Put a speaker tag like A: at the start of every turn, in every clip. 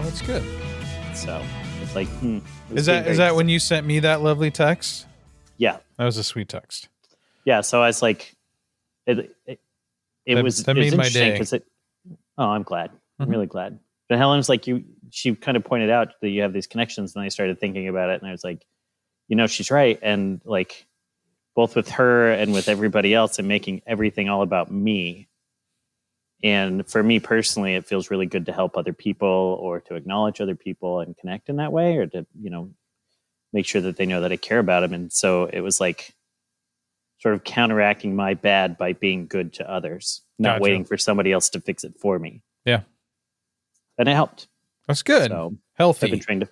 A: Oh, Good.
B: So it's like, hmm,
A: Is that is that when you sent me that lovely text?
B: Yeah.
A: That was a sweet text.
B: yeah. So I was like, it it, it
A: That-
B: was
A: that
B: it was
A: made my
B: interesting
A: day.
B: because it. Oh, I'm glad. I'm
A: Mhm.
B: really glad. But Helen's like you. She kind of pointed out that you have these connections, and I started thinking about it, and I was like, you know, she's right, and like both with her and with everybody else, and making everything all about me. And for me personally, it feels really good to help other people or to acknowledge other people and connect in that way, or to you know make sure that they know that I care about them. And so it was like sort of counteracting my bad by being good to others, not
A: Gotcha.
B: waiting for somebody else to fix it for me.
A: Yeah.
B: And it helped.
A: That's good.
B: So I've been
A: Healthy.
B: trying to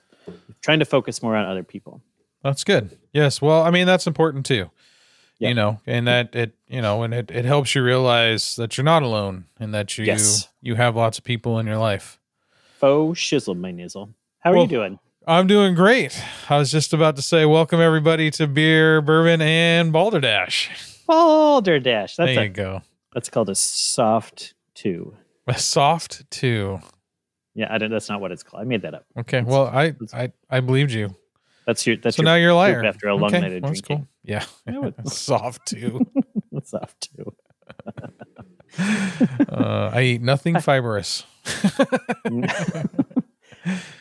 B: trying to focus more on other people.
A: That's good. Yes. Well, I mean that's important too.
B: Yeah.
A: You know, and that it you know, and it, it helps you realize that you're not alone and that you
B: Yes.
A: you have lots of people in your life.
B: Faux shizzle, my nizzle. How are
A: Well-
B: you doing?
A: I'm doing great. I was just about to say welcome everybody to beer, bourbon, and balderdash.
B: Balderdash. That's
A: there
B: a,
A: you go.
B: that's called a soft two.
A: A soft two.
B: Yeah, I don't, that's not what it's called. I made that up.
A: Okay. Well, I I I believed you.
B: That's your that's
A: so
B: your
A: now you're a liar.
B: after a long
A: okay.
B: night of
A: well, that's
B: drinking.
A: cool. Yeah.
B: No, it's-
A: soft two.
B: soft two.
A: uh, I eat nothing fibrous.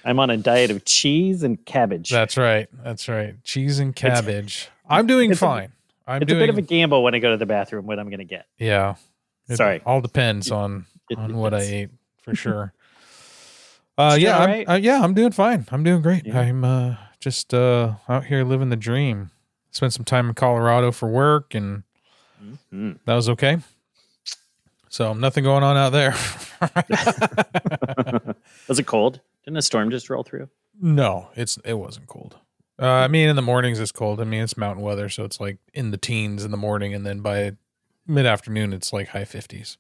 B: I'm on a diet of cheese and cabbage.
A: That's right. That's right. Cheese and cabbage. I'm doing
B: it's a-
A: fine. i I'm
B: it's
A: doing.
B: a bit of a gamble when I go to the bathroom what I'm going to get.
A: yeah. It
B: Sorry.
A: All depends on
B: It
A: on what I
B: depends.
A: ate for sure. Uh,
B: Still
A: yeah. I'm,
B: alright?
A: uh, yeah. I'm doing fine. I'm doing great.
B: Yeah.
A: I'm uh, just uh, out here living the dream. Spent some time in Colorado for work, and
B: Mhm.
A: that was okay. So nothing going on out there.
B: Was it cold? Didn't a storm just roll through?
A: No, it's it wasn't cold. Uh, I mean, in the mornings it's cold. I mean, it's mountain weather, so it's like in the teens in the morning, and then by mid afternoon it's like high fifties.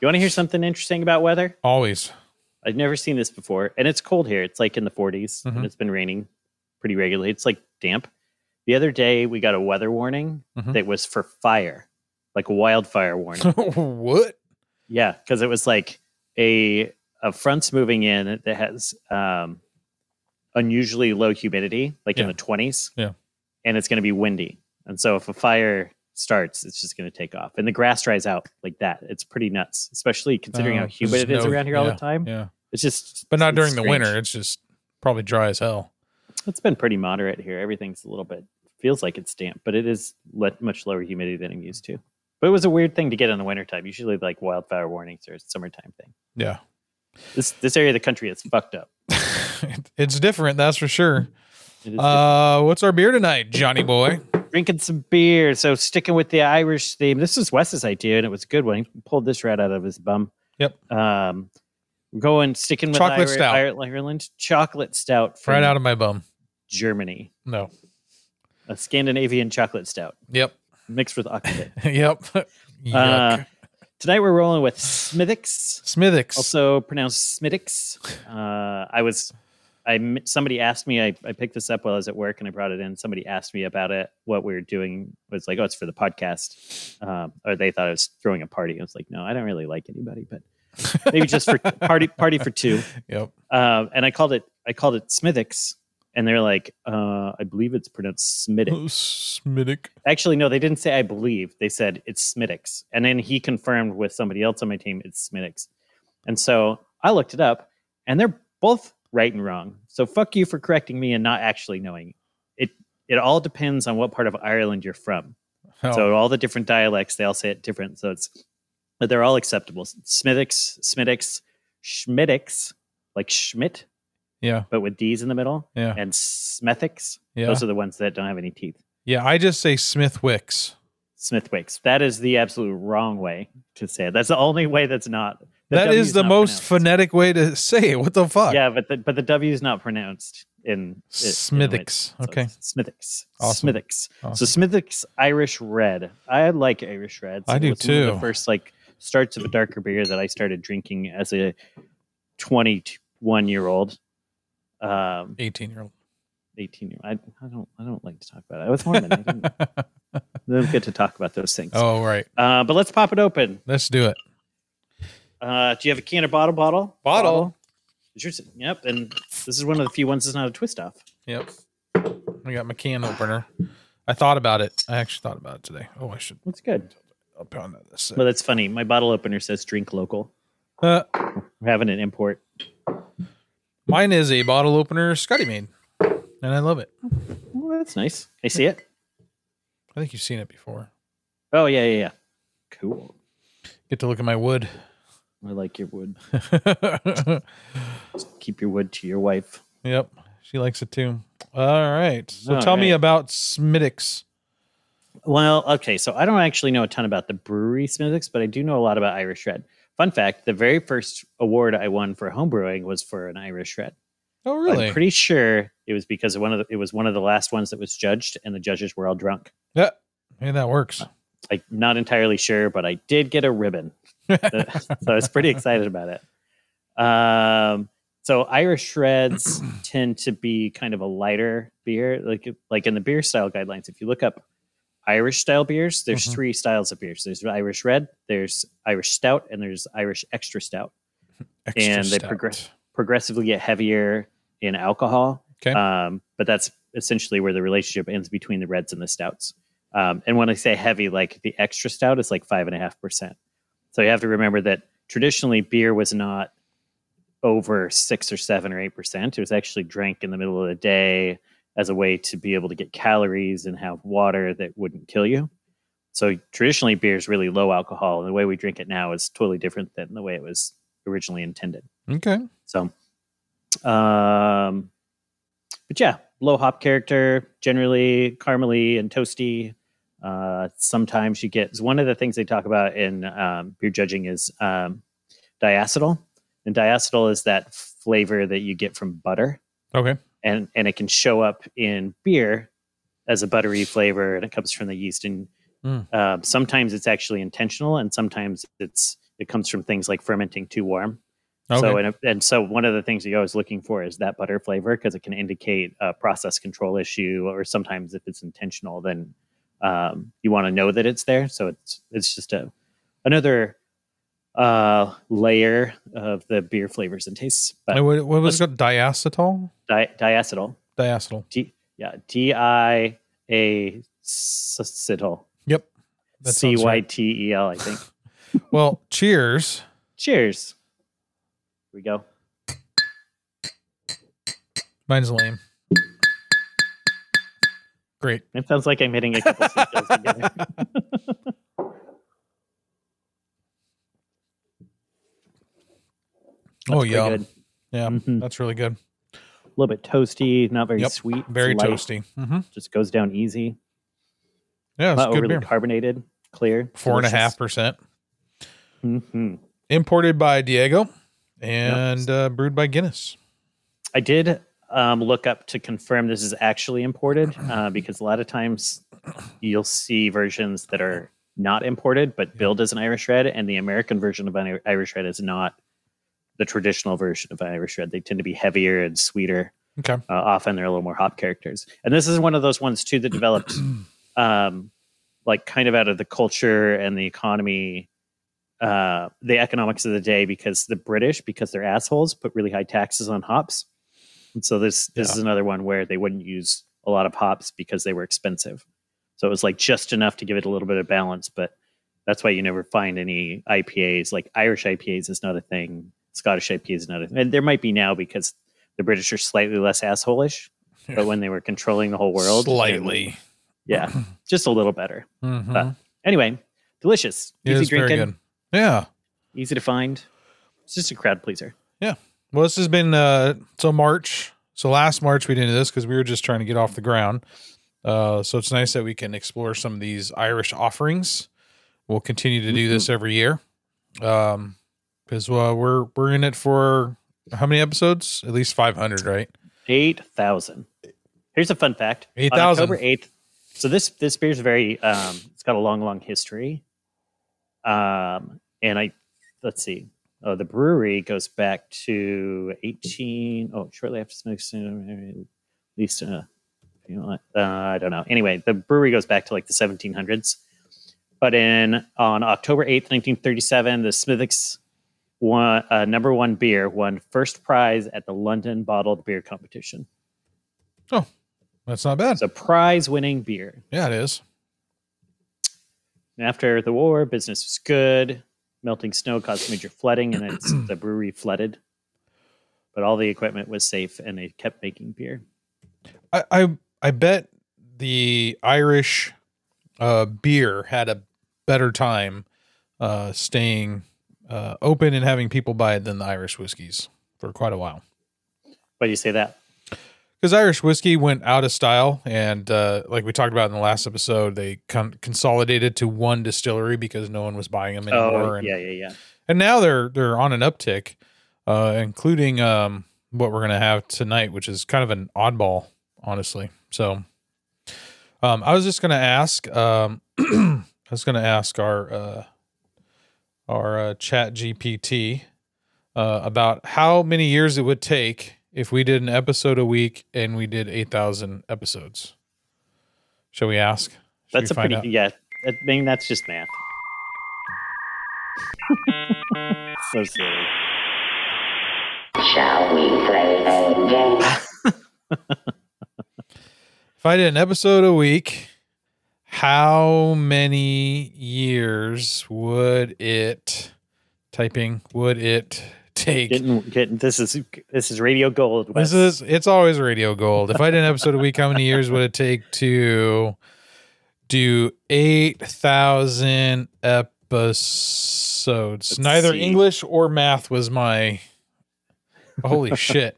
B: You want to hear something interesting about weather?
A: Always.
B: I've never seen this before. And it's cold here. It's like in the 40s
A: Mhm.
B: and it's been raining pretty regularly. It's like damp. The other day we got a weather warning
A: Mhm.
B: that was for fire, like a wildfire warning.
A: what?
B: Yeah, because it was like a a front's moving in that has um, unusually low humidity, like in
A: Yeah.
B: the twenties.
A: Yeah.
B: and it's going to be windy, and so if a fire starts, it's just going to take off, and the grass dries out like that. It's pretty nuts, especially considering
A: Oh,
B: how
A: there's
B: humid it
A: just
B: is
A: no-
B: around here all the time.
A: Yeah,
B: It's just,
A: but not
B: it's
A: during the
B: strange.
A: winter. It's just probably dry as hell.
B: It's been pretty moderate here. Everything's a little bit feels like it's damp, but it is le- much lower humidity than I'm used to. But it was a weird thing to get in the wintertime. Usually, like wildfire warnings or a summertime thing.
A: Yeah,
B: This this area of the country is fucked up.
A: it's different, that's for sure.
B: It is
A: Uh, what's our beer tonight, Johnny boy?
B: drinking some beer. So sticking with the Irish theme. This is Wes's idea, and it was a good one. He pulled this right out of his bum.
A: Yep.
B: Um, going sticking with
A: Chocolate
B: Ira-
A: stout.
B: Ire- Ireland chocolate stout from
A: Right out of my bum.
B: Germany,
A: No.
B: a Scandinavian chocolate stout
A: Yep.
B: mixed with octave.
A: yep.
B: uh,
A: Yuck.
B: tonight we're rolling with Smithix,
A: Smithix.
B: also pronounced Smithix. Uh, I was. I m- somebody asked me. I, I picked this up while I was at work, and I brought it in. Somebody asked me about it, what we were doing. I was like, "Oh, it's for the podcast," um, or they thought I was throwing a party. I was like, "No, I don't really like anybody, but maybe just for party party for two.
A: yep.
B: Um, and I called it. I called it Smithix, and they're like, uh, "I believe it's pronounced Smithix."
A: Smithic.
B: Actually, no, they didn't say I believe. They said it's Smittix. And then he confirmed with somebody else on my team it's Smittix. And so I looked it up and they're both right and wrong. So fuck you for correcting me and not actually knowing. It it all depends on what part of Ireland you're from.
A: Oh,
B: So all the different dialects, they all say it different. So it's but they're all acceptable. Smittix, Smittix, Schmittix, like Schmidt,
A: yeah.
B: but with D's in the middle,
A: Yeah.
B: and Smethix.
A: Yeah.
B: Those are the ones that don't have any teeth.
A: Yeah, I just say Smith Wicks.
B: Smithwick's. That is the absolute wrong way to say it. That's the only way that's not.
A: that
B: W
A: is the
B: not
A: most
B: pronounced.
A: phonetic way to say it. What the fuck?
B: Yeah, but the, but the W is not pronounced in it- in the way it's-
A: Smithix. Okay.
B: So it's Smithwick's.
A: Awesome.
B: Smithwick's.
A: Awesome.
B: So Smithwick's Irish Red. I like Irish Red. So
A: I do
B: it was one of
A: too.
B: The first like starts of a darker beer that I started drinking as a twenty-one year old. Um,
A: 18 year old.
B: 18 year I, I don't I don't like to talk about it. I was Mormon. I didn't, I don't get to talk about those things.
A: oh, right.
B: Uh, but let's pop it open.
A: Let's do it.
B: Uh, do you have a can or bottle? Bottle.
A: Bottle.
B: It's yours. Yep. And this is one of the few ones that's not a twist off.
A: Yep. I got my can opener. I thought about it. I actually thought about it today. Oh, I should.
B: That's good.
A: I'll pound that this.
B: Well, that's funny. My bottle opener says drink local.
A: Uh,
B: We're having an import.
A: mine is a bottle opener Scotty made, and I love it.
B: Well, Oh, that's nice. I see it.
A: I think you've seen it before.
B: Oh, yeah, yeah, yeah. Cool.
A: Get to look at my wood.
B: I like your wood. Keep your wood to your wife.
A: yep, she likes it too. All right. So
B: All
A: tell me
B: right.
A: about Smittix.
B: Well, okay, so I don't actually know a ton about the brewery Smithix, but I do know a lot about Irish Red. Fun fact: the very first award I won for homebrewing was for an Irish Red.
A: Oh,
B: But
A: really?
B: I'm pretty sure it was because of one of the, it was one of the last ones that was judged, and the judges were all drunk.
A: yeah. Hey, that works.
B: I'm not entirely sure, but I did get a ribbon, so I was pretty excited about it. Um, so Irish Reds tend to be kind of a lighter beer, like like in the beer style guidelines. If you look up Irish style beers, there's
A: Mhm.
B: three styles of beers. There's Irish Red, there's Irish Stout, and there's Irish Extra Stout.
A: Extra
B: and they
A: stout.
B: progress- Progressively get heavier in alcohol,
A: Okay.
B: um, but that's essentially where the relationship ends between the reds and the stouts. Um, and when I say heavy, like the extra stout is like five and a half percent. So you have to remember that traditionally beer was not over six or seven or eight percent. It was actually drank in the middle of the day as a way to be able to get calories and have water that wouldn't kill you. So traditionally beer is really low alcohol, and the way we drink it now is totally different than the way it was originally intended.
A: Okay.
B: So, um, but yeah, low hop character, generally caramely and toasty. Uh, sometimes you get one of the things they talk about in um, beer judging is um, diacetyl, and diacetyl is that flavor that you get from butter,
A: Okay.
B: and and it can show up in beer as a buttery flavor, and it comes from the yeast. And
A: Mm.
B: um, sometimes it's actually intentional, and sometimes it's it comes from things like fermenting too warm.
A: Okay.
B: So and, and so one of the things you're always looking for is that butter flavor because it can indicate a process control issue or sometimes if it's intentional then um, you want to know that it's there. So it's it's just a another uh, layer of the beer flavors and tastes.
A: And
B: But
A: what, what was it? Diacetyl?
B: di- diacetyl,
A: Diacetyl.
B: D- yeah, D I A acetyl,
A: Yep. That
B: C
A: sounds
B: Y
A: right.
B: T E L. I think.
A: Well, cheers.
B: Cheers. Here we go.
A: Mine's lame. Great.
B: It sounds like I'm hitting a couple seagulls together.
A: oh
B: Pretty
A: yeah,
B: good.
A: yeah,
B: Mhm.
A: that's really good.
B: A little bit toasty, not very
A: Yep,
B: sweet. it's
A: Very
B: light,
A: toasty. hmm
B: Just goes down easy.
A: Yeah, it's
B: not
A: good
B: overly
A: beer.
B: carbonated, clear.
A: Four and a half percent.
B: Mm-hmm.
A: Imported by Diego and uh, brewed by Guinness.
B: I did um, look up to confirm this is actually imported uh, because a lot of times you'll see versions that are not imported but billed as an Irish Red, and the American version of an Ir- Irish Red is not the traditional version of Irish Red. They tend to be heavier and sweeter.
A: Okay.
B: uh, often they're a little more hop characters and this is one of those ones too that developed um, like kind of out of the culture and the economy uh, the economics of the day because the british because they're assholes put really high taxes on hops and so this this
A: Yeah.
B: is another one where they wouldn't use a lot of hops because they were expensive so it was like just enough to give it a little bit of balance but that's why you never find any ipas like irish ipas is not a thing scottish ipas is not a thing and there might be now because the British are slightly less assholish, but when they were controlling the whole world, and-
A: Slightly.
B: yeah, just a little better.
A: Mhm.
B: But Anyway, delicious,
A: it
B: easy
A: is
B: drinking,
A: very good. Yeah.
B: easy to find. It's just a crowd pleaser.
A: Well, this has been uh, so March. So last March we didn't do this because we were just trying to get off the ground. Uh, so it's nice that we can explore some of these Irish offerings. We'll continue to do this every year, Um because uh, we're we're in it for how many episodes? At least five hundred, right?
B: Eight thousand. Here's a fun fact: On
A: 8,000.
B: October eighth. So this this beer's very. Um, it's got a long, long history. Um, and I let's see. Oh, the brewery goes back to eighteen. Oh, shortly after Smithson, at least. Uh, you know, uh, I don't know. Anyway, the brewery goes back to like the 1700s. But in on October 8th, 1937, the Smithix one, uh, number one beer won first prize at the London Bottled Beer Competition.
A: That's not bad.
B: It's a prize winning beer.
A: Yeah, it is.
B: And after the war, business was good. Melting snow caused major flooding, and it's, the brewery flooded. But all the equipment was safe, and they kept making beer.
A: I I, I bet the Irish uh, beer had a better time uh, staying uh, open and having people buy it than the Irish whiskeys for quite a while.
B: Why do you say that?
A: because Irish whiskey went out of style, and uh, like we talked about in the last episode, they con- consolidated to one distillery because no one was buying them anymore.
B: Oh,
A: and,
B: yeah, yeah, yeah.
A: and now they're they're on an uptick, uh, including um, what we're gonna have tonight, which is kind of an oddball, honestly. So, um, I was just gonna ask, um, I was gonna ask our uh, our uh, Chat GPT uh, about how many years it would take if we did an episode a week and we did eight thousand episodes. Shall we ask? Should
B: That's
A: we
B: a pretty,
A: out?
B: yeah. I mean, that's just math. so silly.
C: Shall we play a game?
A: If I did an episode a week, how many years would it typing would it take?
B: Getting, getting, this is this is radio gold. Wes.
A: This is it's always radio gold. If I did an episode a week, how many years would it take to do eight thousand episodes?
B: Let's
A: Neither
B: see.
A: English or math was my holy shit.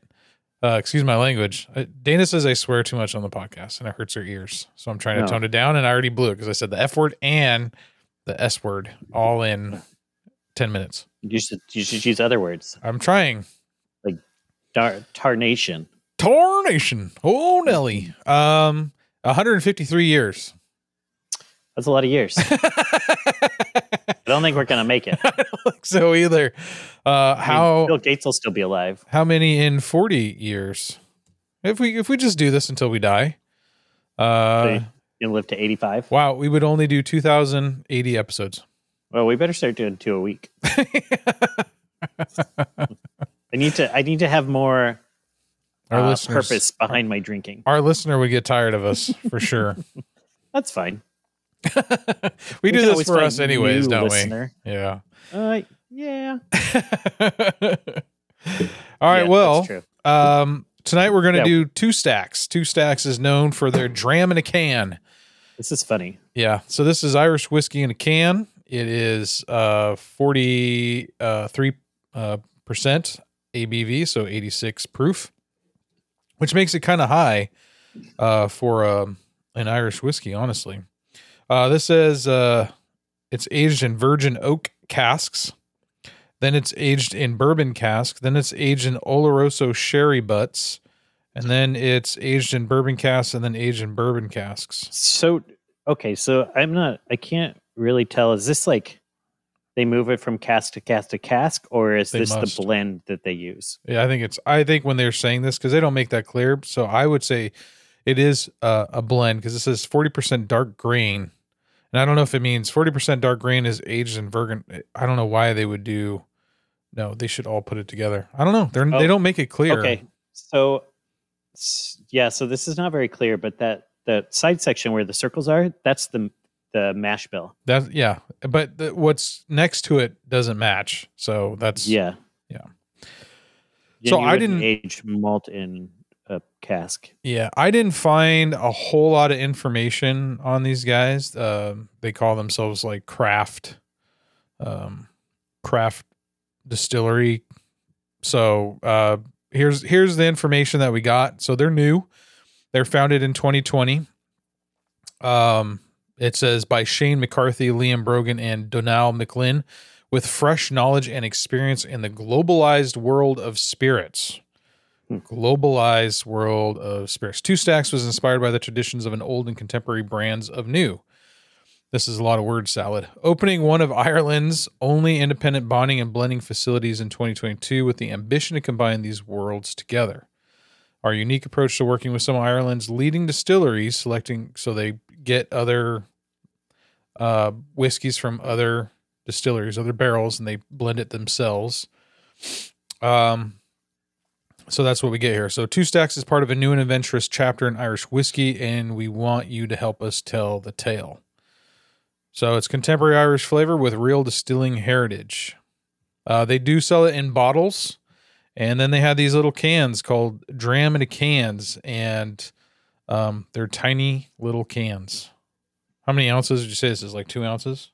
A: Uh, excuse my language. Uh, Dana says I swear too much on the podcast and it hurts her ears. So I'm trying to
B: No.
A: tone it down and I already blew it because I said the F word and the S word all in 10 minutes.
B: you should you should use other words.
A: I'm trying.
B: Dar, tarnation.
A: Tarnation. Oh, Nelly. Um, 153 years.
B: That's a lot of years. I don't think we're gonna make it. I mean,
A: so either, uh,
B: Bill
A: how
B: Gates will still be alive.
A: how many in 40 years? If we if we just do this until we die, uh,
B: So He'll live to eighty-five.
A: wow, we would only do 2,080 episodes.
B: Well, we better start doing two a week. I need to. I need to have more
A: Our
B: uh,
A: listeners,
B: purpose behind my drinking.
A: our listener would get tired of us for sure.
B: That's fine.
A: we do
B: can
A: this
B: always
A: for
B: find
A: us anyways,
B: new
A: don't
B: listener.
A: we? Yeah.
B: Uh, yeah.
A: All right.
B: Yeah,
A: well,
B: that's true.
A: Um, tonight we're going to
B: Yeah.
A: do two stacks. Two stacks is known for their dram in a can.
B: this is funny.
A: Yeah. So this is Irish whiskey in a can. It is uh 43 uh, percent ABV, so 86 proof, which makes it kind of high uh, for um, an Irish whiskey, honestly. Uh, this says uh, it's aged in virgin oak casks. Then it's aged in bourbon cask. Then it's aged in Oloroso sherry butts. And then it's aged in bourbon casks and then aged in bourbon casks.
B: So okay, so I'm not. I can't really tell. Is this like they move it from cask to cask to cask, or is
A: They
B: this
A: must.
B: the blend that they use?
A: Yeah, I think it's. I think when they're saying this, because they don't make that clear, so I would say it is uh, a blend because it says forty percent dark green, and I don't know if it means forty percent dark green is aged in virgin. eh, I don't know why they would do. No, they should all put it together. I don't know. They're
B: Oh,
A: they don't make it clear.
B: Okay, so s- yeah, so this is not very clear, but that the side section where the circles are, that's the the mash bill.
A: That yeah, but the, what's next to it doesn't match. So that's
B: Yeah,
A: Yeah.
B: Yeah,
A: So
B: you
A: I
B: wouldn't
A: didn't-
B: age malt in a cask.
A: Yeah, I didn't find a whole lot of information on these guys. Um, they call themselves like craft, um, craft distillery. So uh, here's here's the information that we got. So they're new. They're founded in 2020. Um, it says by Shane McCarthy, Liam Brogan, and Donal McLinn, with fresh knowledge and experience in the globalized world of spirits globalized world of spirits. Two Stacks was inspired by the traditions of an old and contemporary brands of new. This is a lot of word salad. Opening one of Ireland's only independent bonding and blending facilities in 2022 with the ambition to combine these worlds together. Our unique approach to working with some of Ireland's leading distilleries, selecting so they get other uh, whiskeys from other distilleries, other barrels, and they blend it themselves. Um, so that's what we get here. So Two Stacks is part of a new and adventurous chapter in Irish whiskey, and we want you to help us tell the tale. So it's contemporary Irish flavor with real distilling heritage. Uh, they do sell it in bottles, and then they have these little cans called dram in a cans, and um, they're tiny little cans. How many ounces did you say this is? Like two ounces?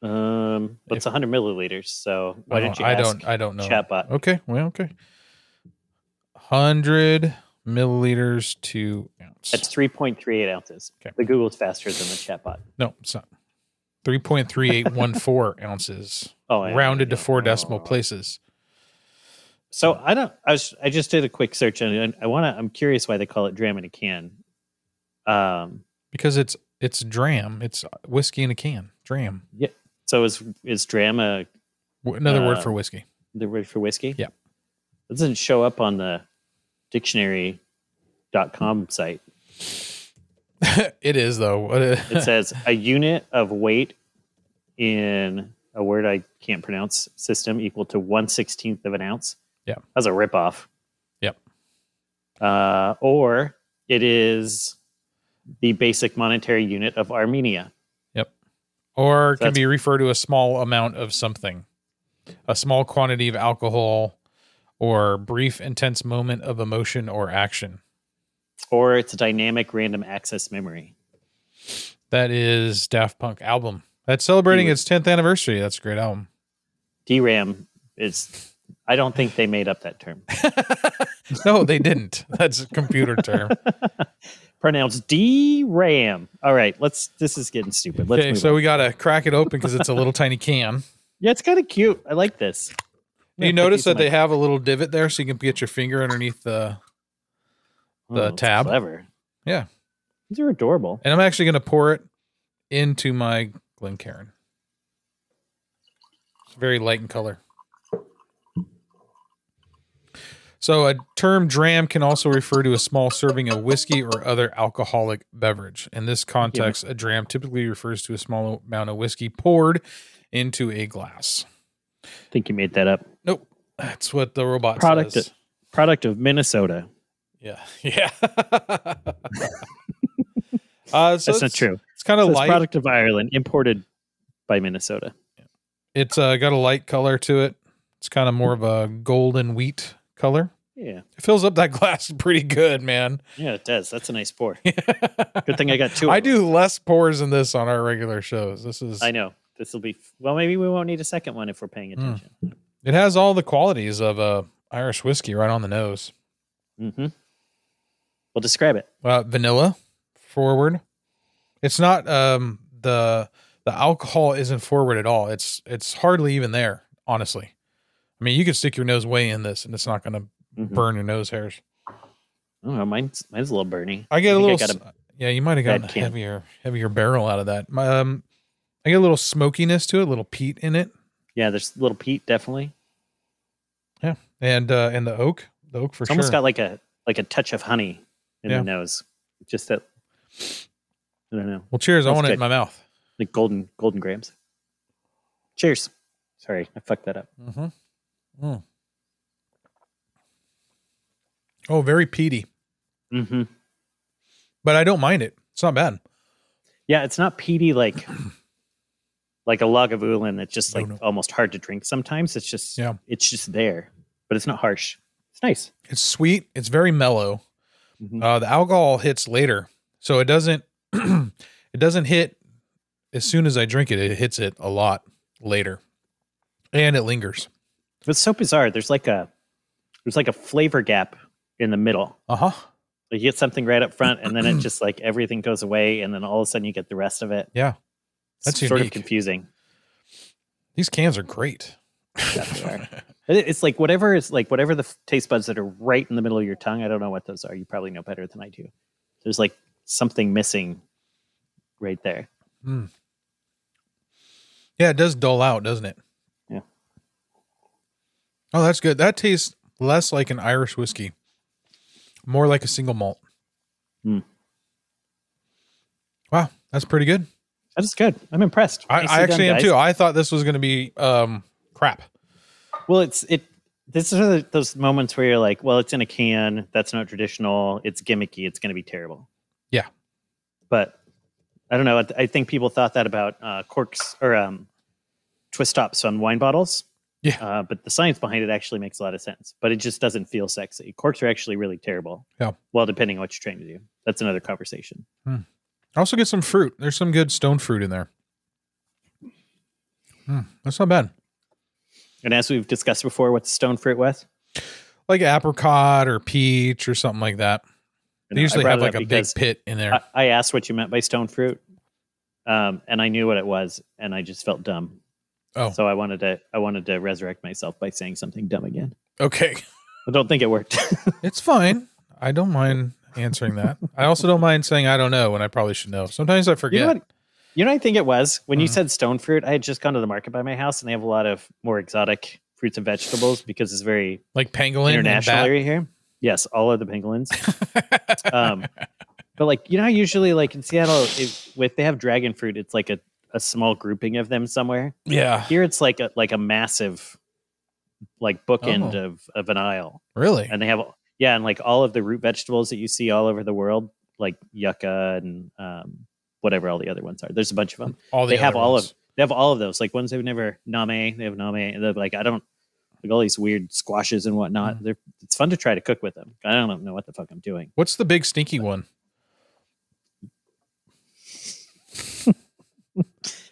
B: Um, but it's 100 milliliters. So why
A: I don't-
B: don't you
A: I
B: ask
A: don't. I don't know.
B: chatbot?
A: Okay. Well, okay. 100 milliliters to ounce.
B: That's 3.38 ounces.
A: Okay.
B: The Google's faster than the chatbot.
A: no, it's not. 3.3814 ounces,
B: Oh, yeah,
A: rounded to
B: yeah,
A: four
B: yeah.
A: decimal places.
B: So I don't. I was. I just did a quick search and I want to. I'm curious why they call it dram in a can. Um.
A: Because it's it's dram. It's whiskey in a can. Dram.
B: So is is dram a
A: W- Another word
B: Uh,
A: for whiskey.
B: the word for whiskey?
A: Yeah.
B: It doesn't show up on the dictionary.com site.
A: it is though. What a-
B: It says a unit of weight in a word I can't pronounce system equal to one sixteenth of an ounce.
A: Yeah.
B: That's a ripoff.
A: Yep.
B: Uh, or it is the basic monetary unit of Armenia.
A: or can
B: That's-
A: be referred to a small amount of something, a small quantity of alcohol, or brief intense moment of emotion or action.
B: Or it's a dynamic random access memory.
A: That is Daft Punk album. That's celebrating
B: Yeah.
A: its 10th anniversary. That's a great album.
B: DRAM is I don't think they made up that term.
A: no, they didn't. That's a computer term.
B: pronounced DRAM. All right, let's. This is getting stupid. Let's
A: okay,
B: move.
A: so
B: on.
A: we gotta crack it open because it's a little tiny can.
B: Yeah, it's kind of cute. I like this.
A: Do you notice that they have a little divot there so you can get your finger underneath the the
B: that's
A: tab?
B: Clever.
A: Yeah.
B: these are adorable.
A: and I'm actually gonna pour it into my Glencairn. It's very light in color. So a term dram can also refer to a small serving of whiskey or other alcoholic beverage. In this context, a dram typically refers to a small amount of whiskey poured into a glass.
B: I think you made that up.
A: Nope. That's what the robot
B: Product-
A: says.
B: Product of Minnesota.
A: Yeah. Yeah. uh, so
B: That's not
A: it's-
B: true.
A: It's kind of
B: It's
A: light.
B: product of Ireland, imported by Minnesota.
A: It's uh, got a light color to it. It's kind of more of a golden wheat color.
B: Yeah,
A: It fills up that glass pretty good, man.
B: yeah, it does. That's a nice pour. Good thing I got two. of
A: I
B: them.
A: do less pours than this on our regular shows. This is
B: I know this will be. Well, maybe we won't need a second one if we're paying
A: Hmm.
B: attention.
A: it has all the qualities of uh, Irish whiskey right on the nose.
B: Mm-hmm. Well, describe it.
A: uh, vanilla forward. It's not um, the the alcohol isn't forward at all. It's it's hardly even there, honestly. I mean, you could stick your nose way in this, and it's not going to
B: Mhm.
A: burn your nose hairs.
B: I don't know. Oh, Mine's mine's a little burny.
A: I get a
B: think
A: little.
B: I got
A: s- uh, yeah, you might have gotten a
B: bad can.
A: heavier heavier barrel out of that. My, Um, I get a little smokiness to it, a little peat in it,
B: Yeah, there's little Pete definitely.
A: and uh, and the oak, the oak for
B: It's almost
A: sure.
B: got like a like a touch of honey in
A: Yeah.
B: the nose. Just that I don't know.
A: well, cheers! I
B: that's
A: want it in
B: good.
A: my mouth.
B: Like golden golden grams. Cheers. Sorry, I fucked that up.
A: Mm-hmm. Mm. Oh, very peaty,
B: Mm-hmm.
A: but I don't mind it. It's not bad.
B: Yeah, it's not peaty like like a Lagavulin that's just
A: No,
B: like
A: no.
B: almost hard to drink sometimes. It's just
A: Yeah.
B: it's just there. But it's not harsh. It's nice.
A: It's sweet. It's very mellow.
B: Mhm.
A: Uh, the alcohol hits later, so it doesn't. it doesn't hit as soon as I drink it. It hits it a lot later, and it lingers.
B: It's so bizarre. There's like a there's like a flavor gap in the middle.
A: Uh huh.
B: Like you get something right up front, and then it just like everything goes away, and then all of a sudden you get the rest of it.
A: Yeah.
B: It's
A: That's
B: sort
A: unique.
B: of confusing.
A: These cans are great.
B: Yeah, they are. It- It's like whatever is like whatever the f- taste buds that are right in the middle of your tongue. I don't know what those are. You probably know better than I do. There's like something missing right there.
A: Yeah, it does dull out, doesn't it?
B: Yeah.
A: Oh, that's good. That tastes less like an Irish whiskey, more like a single malt.
B: Hmm.
A: Wow, that's pretty good.
B: That is good. I'm impressed.
A: I,
B: Nicely
A: I actually am
B: done, guys.
A: too. I thought this was going to be um, crap.
B: Well, it's it. This is the, those moments where you're like, well, it's in a can. That's not traditional. It's gimmicky. It's going to be terrible.
A: Yeah.
B: But I don't know. I- I think people thought that about uh, corks or um, twist tops on wine bottles.
A: Yeah.
B: Uh, but the science behind it actually makes a lot of sense. But it just doesn't feel sexy. Corks are actually really terrible.
A: Yeah.
B: Well, depending on what you're trying to do, that's another conversation.
A: I also get some fruit. There's some good stone fruit in there. Hmm, that's not bad.
B: And as we've discussed before, what's stone fruit with?
A: Like apricot or peach or something like that. They usually have like a big pit in there.
B: I, I asked what you meant by stone fruit, um, and I knew what it was, and I just felt dumb.
A: Oh.
B: so I wanted to I wanted to resurrect myself by saying something dumb again.
A: okay.
B: I don't think it worked.
A: It's fine. I don't mind answering that. I also don't mind saying I don't know when I probably should know. Sometimes I
B: you
A: forget.
B: know what? You know, what I think it was when you
A: Mhm.
B: said stone fruit. I had just gone to the market by my house, and they have a lot of more exotic fruits and vegetables because it's very
A: like pangolin and
B: international
A: bat.
B: area here. Yes, all of the penguins. um, but like you know, how usually like in Seattle, if, if they have dragon fruit, it's like a, a small grouping of them somewhere.
A: Yeah.
B: here it's like a like a massive like bookend of of an aisle
A: Really?
B: and they have yeah and like all of the root vegetables that you see all over the world like yucca and um whatever all the other ones are there's a bunch of them
A: All the
B: they have
A: other
B: all
A: ones.
B: of they have all of those like ones they've never name they have name and they're like i don't like all these weird squashes and whatnot they're it's fun to try to cook with them i don't know what the fuck i'm doing
A: What's the big stinky one?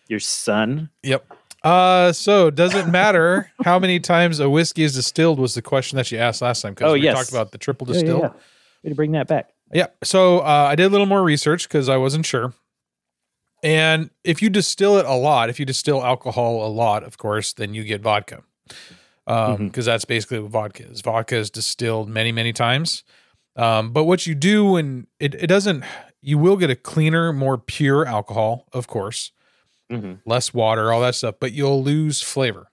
B: your son
A: Yep. Uh, so does it matter how many times a whiskey is distilled? Was the question that you asked last time? Because
B: Oh,
A: we
B: yes.
A: talked about the triple
B: Yeah, yeah,
A: distill.
B: yeah. Way to bring that back
A: Yeah. So uh, I did a little more research because I wasn't sure. And if you distill it a lot, if you distill alcohol a lot, of course, then you get vodka. Because that's basically what vodka is. Vodka is distilled many, many times. Um, but what you do when it, it doesn't, you will get a cleaner, more pure alcohol, of course,
B: Mhm.
A: less water, all that stuff, but you'll lose flavor.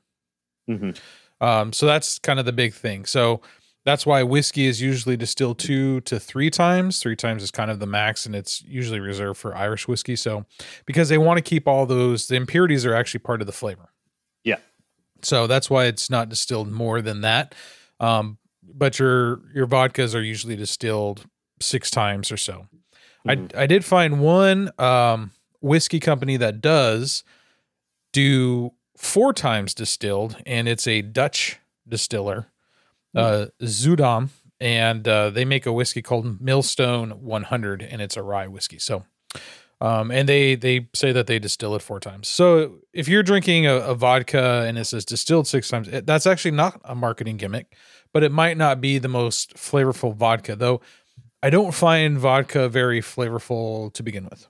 B: Mhm.
A: Um, so that's kind of the big thing. So that's why whiskey is usually distilled two to three times. Three times is kind of the max, and it's usually reserved for Irish whiskey. So because they want to keep all those, the impurities are actually part of the flavor.
B: Yeah.
A: So that's why it's not distilled more than that. Um, but your your vodkas are usually distilled six times or so.
B: Mhm.
A: I I did find one um, whiskey company that does do four times distilled, and it's a Dutch distiller, uh, Zudam, and uh, they make a whiskey called Millstone 100, and it's a rye whiskey. So, um, and they they say that they distill it four times. So if you're drinking a, a vodka and it says distilled six times, it, that's actually not a marketing gimmick, but it might not be the most flavorful vodka though. I don't find vodka very flavorful to begin with.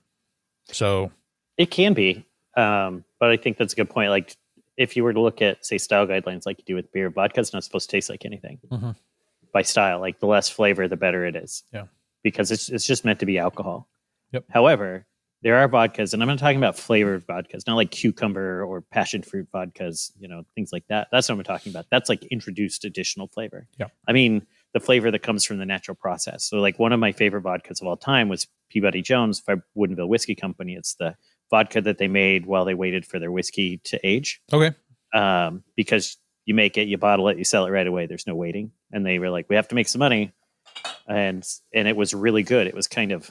A: So
B: It can be, um, but I think that's a good point. Like, if you were to look at, say, style guidelines, like you do with beer, vodka's not supposed to taste like anything
A: Mhm.
B: by style. Like, the less flavor, the better it is.
A: Yeah.
B: because it's it's just meant to be alcohol.
A: Yep.
B: However, there are vodkas, and I'm not talking about flavored vodkas, not like cucumber or passion fruit vodkas, you know, things like that. That's what I'm talking about. That's like introduced additional flavor.
A: Yeah.
B: I mean the flavor that comes from the natural process. So, like one of my favorite vodkas of all time was Peabody Jones by Woodenville Whiskey Company. It's the vodka that they made while they waited for their whiskey to age.
A: Okay.
B: Um, because you make it, you bottle it, you sell it right away. There's no waiting. And they were like, we have to make some money. And and it was really good. It was kind of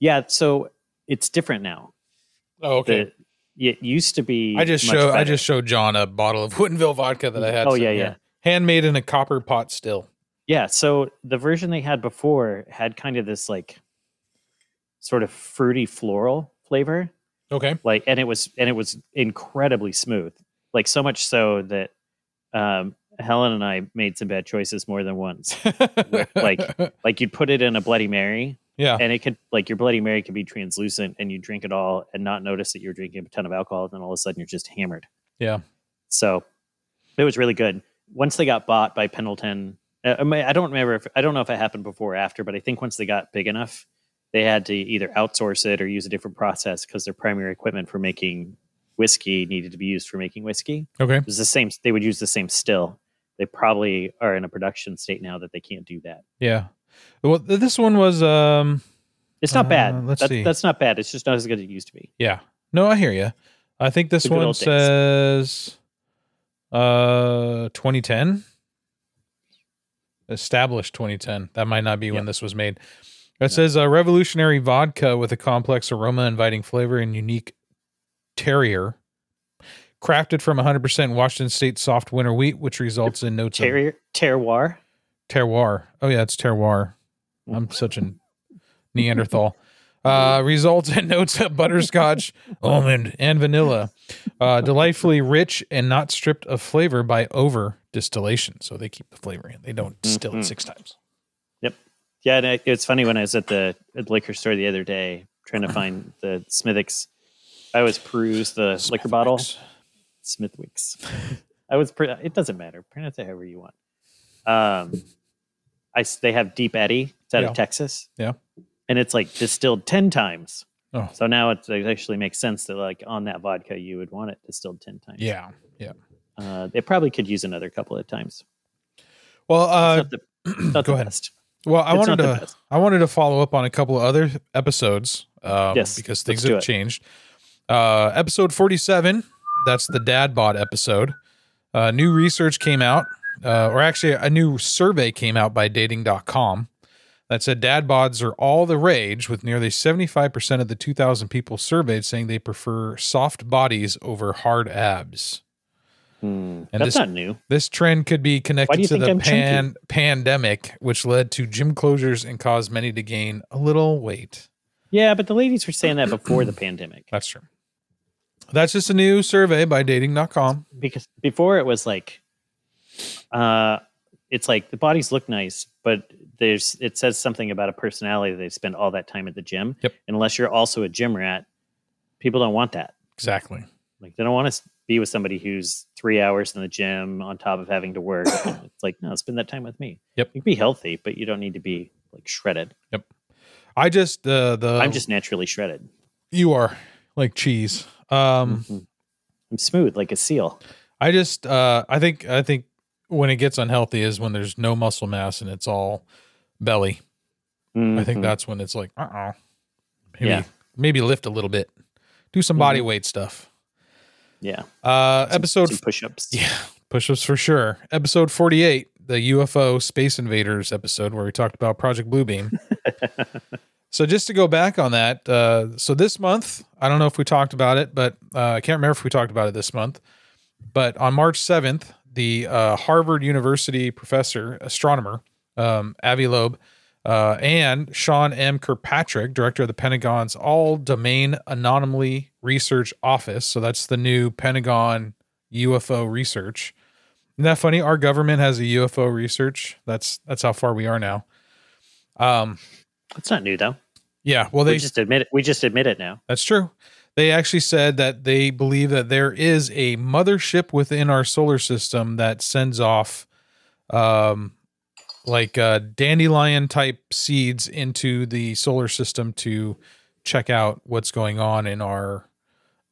B: yeah. So it's different now.
A: oh,
B: The, it used to be.
A: I just
B: much
A: show I
B: better.
A: just showed John a bottle of Woodenville vodka that I had.
B: Oh,
A: sitting
B: yeah,
A: here.
B: yeah.
A: handmade in a copper pot still.
B: Yeah, so the version they had before had kind of this like sort of fruity floral flavor,
A: Okay,
B: like and it was and it was incredibly smooth. Like so much so that um Helen and I made some bad choices more than once. Like- like you'd put it in a bloody mary
A: yeah,
B: and it could like your bloody mary could be translucent and you drink it all and not notice that you're drinking a ton of alcohol and then all of a sudden you're just hammered.
A: Yeah.
B: So it was really good. Once they got bought by Pendleton, uh, I, mean, I don't remember if I don't know if it happened before or after, but I think once they got big enough, they had to either outsource it or use a different process because their primary equipment for making whiskey needed to be used for making whiskey.
A: okay,
B: It was the same. They would use the same still. They probably are in a production state now that they can't do that.
A: yeah. Well, th- this one was um,
B: It's not
A: Uh,
B: bad.
A: let's
B: That-
A: see.
B: That's not bad. It's just not as good as it used to be.
A: Yeah. No, I hear you. I think this
B: The good
A: one
B: old days.
A: says uh 2010. Established 2010. That might not be when
B: Yeah.
A: this was made. It says a revolutionary vodka with a complex aroma, inviting flavor, and unique terrier. Crafted from 100% Washington State soft winter wheat, which results in notes of
B: Terrier, terroir.
A: terroir. Oh yeah, it's terroir. I'm such a Neanderthal. Uh, results and notes of butterscotch, almond, and vanilla. Uh, delightfully rich and not stripped of flavor by over distillation. So they keep the flavor in. They don't distill
B: Mhm.
A: it six times.
B: Yeah, and I, it's funny when I was at the at the liquor store the other day trying to find the Smithwick's. I always peruse the liquor bottle. Smithwick's. I was. Pre- it doesn't matter. Pronounce it however you want. Um, I s- they have Deep Eddy. It's out
A: Yeah.
B: of Texas.
A: Yeah.
B: and it's like distilled ten times.
A: Oh.
B: So now it's, it actually makes sense that like on that vodka you would want it distilled ten times.
A: Yeah.
B: uh, they probably could use another couple of times.
A: Well, uh,
B: it's not the, it's not
A: go
B: the
A: ahead.
B: best.
A: well, I
B: it's
A: wanted
B: not the
A: to
B: best.
A: I wanted to follow up on a couple of other episodes. Um,
B: Yes,
A: because
B: let's
A: things
B: do
A: have
B: it.
A: changed. Uh, episode 47, that's the dad bod episode. Uh, new research came out, uh, or actually, a new survey came out by dating.com that said dad bods are all the rage, with nearly 75% of the 2,000 people surveyed saying they prefer soft bodies over hard abs.
B: Hmm,
A: And
B: that's
A: this-
B: not new.
A: This trend could be
B: do
A: connected
B: you
A: to
B: think
A: the
B: I'm chunky?
A: pan- pandemic, which led to gym closures and caused many to gain a little weight.
B: Yeah, but the ladies were saying that before the pandemic.
A: That's true. That's just a new survey by dating.com.
B: because before it was like uh it's like the bodies look nice but there's it says something about a personality that they spend all that time at the gym
A: Yep.
B: unless you're also a gym rat people don't want that
A: Exactly.
B: like they don't want to be with somebody who's three hours in the gym on top of having to work it's like no spend that time with me
A: Yep.
B: you can be healthy but you don't need to be like shredded
A: I just uh, the
B: i'm just naturally shredded
A: you are like cheese. Um
B: Mhm. i'm smooth like a seal
A: I just uh I think I think when it gets unhealthy is when there's no muscle mass and it's all belly. I think
B: Mhm.
A: that's when it's like uh-uh. Maybe
B: Yeah.
A: maybe lift a little bit. Do some body
B: Mhm.
A: weight stuff.
B: yeah
A: Uh episode
B: Some push-ups
A: Yeah, push-ups for sure. Episode 48, the UFO Space Invaders episode where we talked about Project Bluebeam. so just to go back on that, uh, so this month, I don't know if we talked about it, but uh, I can't remember if we talked about it this month. But on March 7th, the uh, Harvard University professor, astronomer, um, Avi Loeb, uh, and Sean M. Kirkpatrick, director of the Pentagon's All Domain Anomaly Research Office. So that's the new Pentagon UFO research. Isn't that funny? Our government has a UFO research. That's that's how far we are now. Um,
B: it's not new though
A: yeah. Well, they
B: we just admit it we just admit it now
A: that's true. They actually said that they believe that there is a mothership within our solar system that sends off, um, like uh, dandelion type seeds into the solar system to check out what's going on in our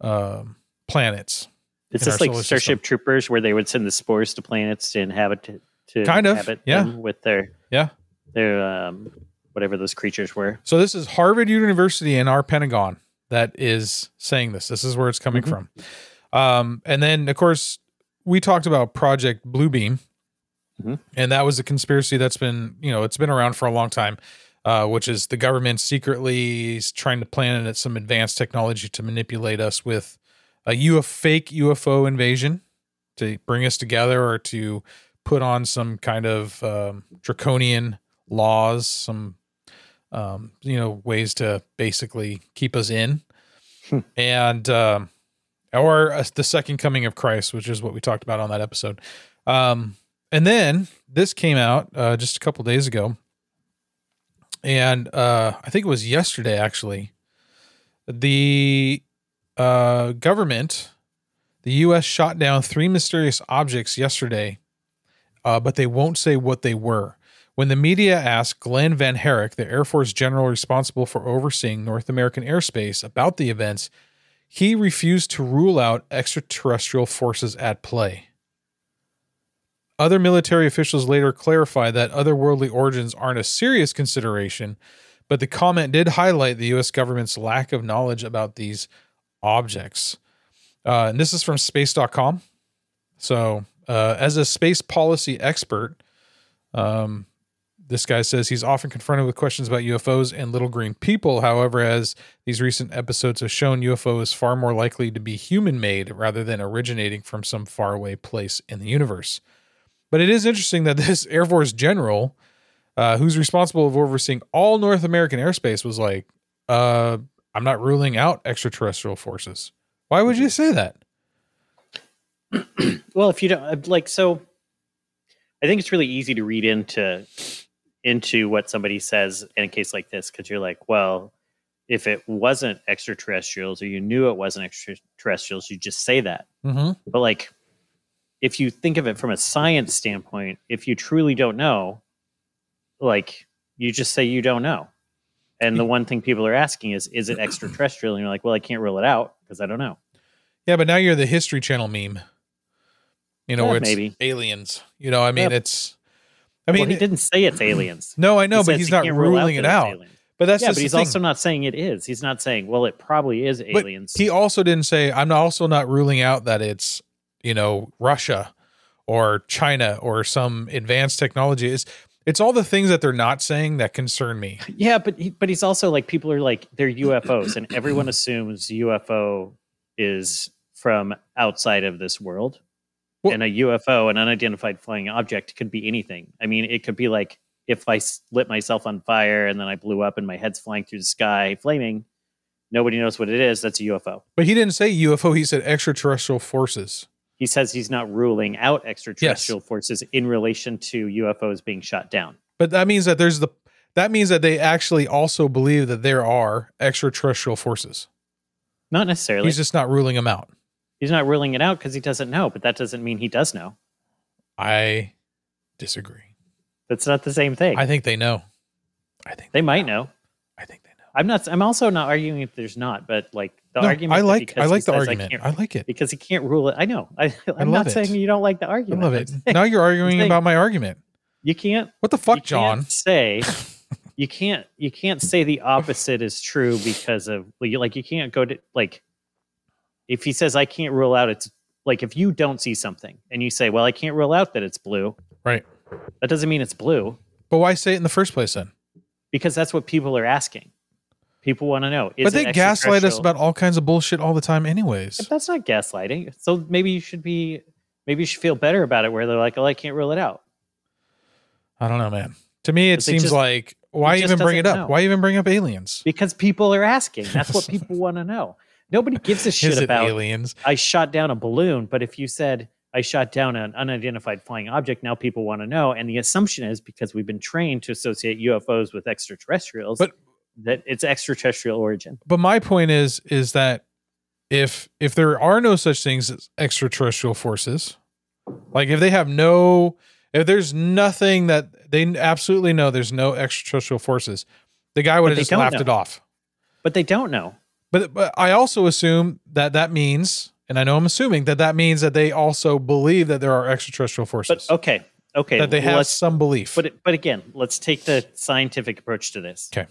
A: um, planets.
B: It's
A: in our
B: just like
A: solar
B: Starship
A: system.
B: Troopers, where they would send the spores to planets to inhabit to, to
A: Kind of,
B: inhabit
A: yeah.
B: them with their
A: Yeah.
B: their um, whatever those creatures were.
A: So this is Harvard University and our Pentagon that is saying this. This is where it's coming
B: Mhm.
A: from. Um, and then of course we talked about Project Bluebeam,
B: Mhm.
A: and that was a conspiracy that's been you know it's been around for a long time, uh, which is the government secretly is trying to plan at some advanced technology to manipulate us with a UFO, fake UFO invasion to bring us together or to put on some kind of um, draconian laws, some um, you know, ways to basically keep us in.
B: Hmm.
A: and um, or uh, the second coming of Christ, which is what we talked about on that episode. Um, and then this came out uh, just a couple days ago, and uh, I think it was yesterday actually. The uh, government, the U.S. shot down three mysterious objects yesterday, uh, but they won't say what they were. When the media asked Glenn Van Herrick, the Air Force general responsible for overseeing North American airspace, about the events, he refused to rule out extraterrestrial forces at play. Other military officials later clarified that otherworldly origins aren't a serious consideration, But the comment did highlight the U.S. government's lack of knowledge about these objects. Uh, and this is from space.com. So, uh, as a space policy expert, um, this guy says he's often confronted with questions about UFOs and little green people. However, as these recent episodes have shown, UFO is far more likely to be human made rather than originating from some faraway place in the universe. But it is interesting that this Air Force general, uh, who's responsible of overseeing all North American airspace, was like, uh, "I'm not ruling out extraterrestrial forces." Why would you say that?
B: well if you don't uh, like so i think it's really easy to read into into what somebody says in a case like this because you're like well if it wasn't extraterrestrials or you knew it wasn't extraterrestrials you just say that
A: Mm-hmm.
B: but like if you think of it from a science standpoint if you truly don't know like you just say you don't know and the
A: Hmm.
B: one thing people are asking is is it extraterrestrial and you're like well i can't rule it out because i don't know
A: Yeah, but now you're the History Channel meme. You know,
B: Yeah,
A: where it's
B: maybe.
A: aliens. You know, I mean,
B: Yeah.
A: it's. I mean,
B: well, he didn't say it's aliens
A: no, I know,
B: He
A: but
B: says
A: he's
B: he
A: not
B: can't
A: ruling
B: rule
A: it
B: that it's
A: out.
B: aliens.
A: But that's
B: yeah,
A: just
B: but
A: the
B: he's
A: thing.
B: also not saying it is. He's not saying, well, it probably is
A: But
B: aliens.
A: he also didn't say I'm also not ruling out that it's you know Russia or China or some advanced technology. It's it's all the things that they're not saying that concern me.
B: yeah, but he, but he's also like people are like they're UFOs, and everyone assumes UFO is from outside of this world.
A: Well-
B: and a UFO, an unidentified flying object, could be anything. I mean, it could be like if I s- lit myself on fire and then I blew up and my head's flying through the sky, flaming. Nobody knows what it is. That's a UFO.
A: But he didn't say UFO. He said extraterrestrial forces.
B: He says he's not ruling out extraterrestrial forces in relation to UFOs being shot down.
A: But that means that there's the that means that they actually also believe that there are extraterrestrial forces.
B: Not necessarily.
A: He's just not ruling them out.
B: He's not ruling it out because he doesn't know, but that doesn't mean he does know.
A: I disagree.
B: That's not the same thing.
A: I think they know. I think
B: they might know.
A: I think they know.
B: I'm not. I'm also not arguing if there's not, but like the
A: No,
B: argument.
A: I
B: that
A: like
B: because
A: I
B: he
A: like the
B: says
A: argument.
B: can't-
A: I like it.
B: because he can't rule it. I know. I, I'm
A: love
B: not
A: it.
B: saying you don't like the
A: I
B: argument.
A: love
B: I'm
A: it.
B: saying
A: Now you're arguing
B: saying-
A: about my argument.
B: You can't.
A: What the
B: you
A: fuck,
B: can't
A: John?
B: say. You can't. You can't say the opposite is true because of well, you- like you can't go to like. If he says I can't rule out it's like if you don't see something and you say well I can't rule out that it's blue
A: Right.
B: that doesn't mean it's blue
A: But why say it in the first place then?
B: because that's what people are asking. People want to know. Is
A: but
B: it
A: they gaslight us
B: extraterrestrial?
A: about all kinds of bullshit all the time, anyways.
B: But that's not gaslighting. So maybe you should be, maybe you should feel better about it. Where they're like, "Oh, I can't rule it out."
A: I don't know, man. To me, it
B: But they
A: seems
B: just-
A: like why
B: he just
A: even bring it
B: doesn't
A: up?
B: know.
A: Why even bring up aliens?
B: Because people are asking. That's what people want to know. Nobody gives a
A: Is
B: shit
A: it
B: about.
A: aliens?
B: I shot down a balloon, but if you said I shot down an unidentified flying object, now people want to know. And the assumption is because we've been trained to associate UFOs with extraterrestrials,
A: But-
B: that it's extraterrestrial origin.
A: But my point is, is that if if there are no such things as extraterrestrial forces, like if they have no, if there's nothing that they absolutely know, there's no extraterrestrial forces. The guy would have
B: they
A: just
B: don't
A: laughed
B: know.
A: it off.
B: But they don't know.
A: But, but I also assume that that means, and I know I'm assuming that that means that they also believe that there are extraterrestrial forces.
B: But okay, okay.
A: that they have
B: let's-
A: some belief.
B: But it- but again, let's take the scientific approach to this.
A: Okay.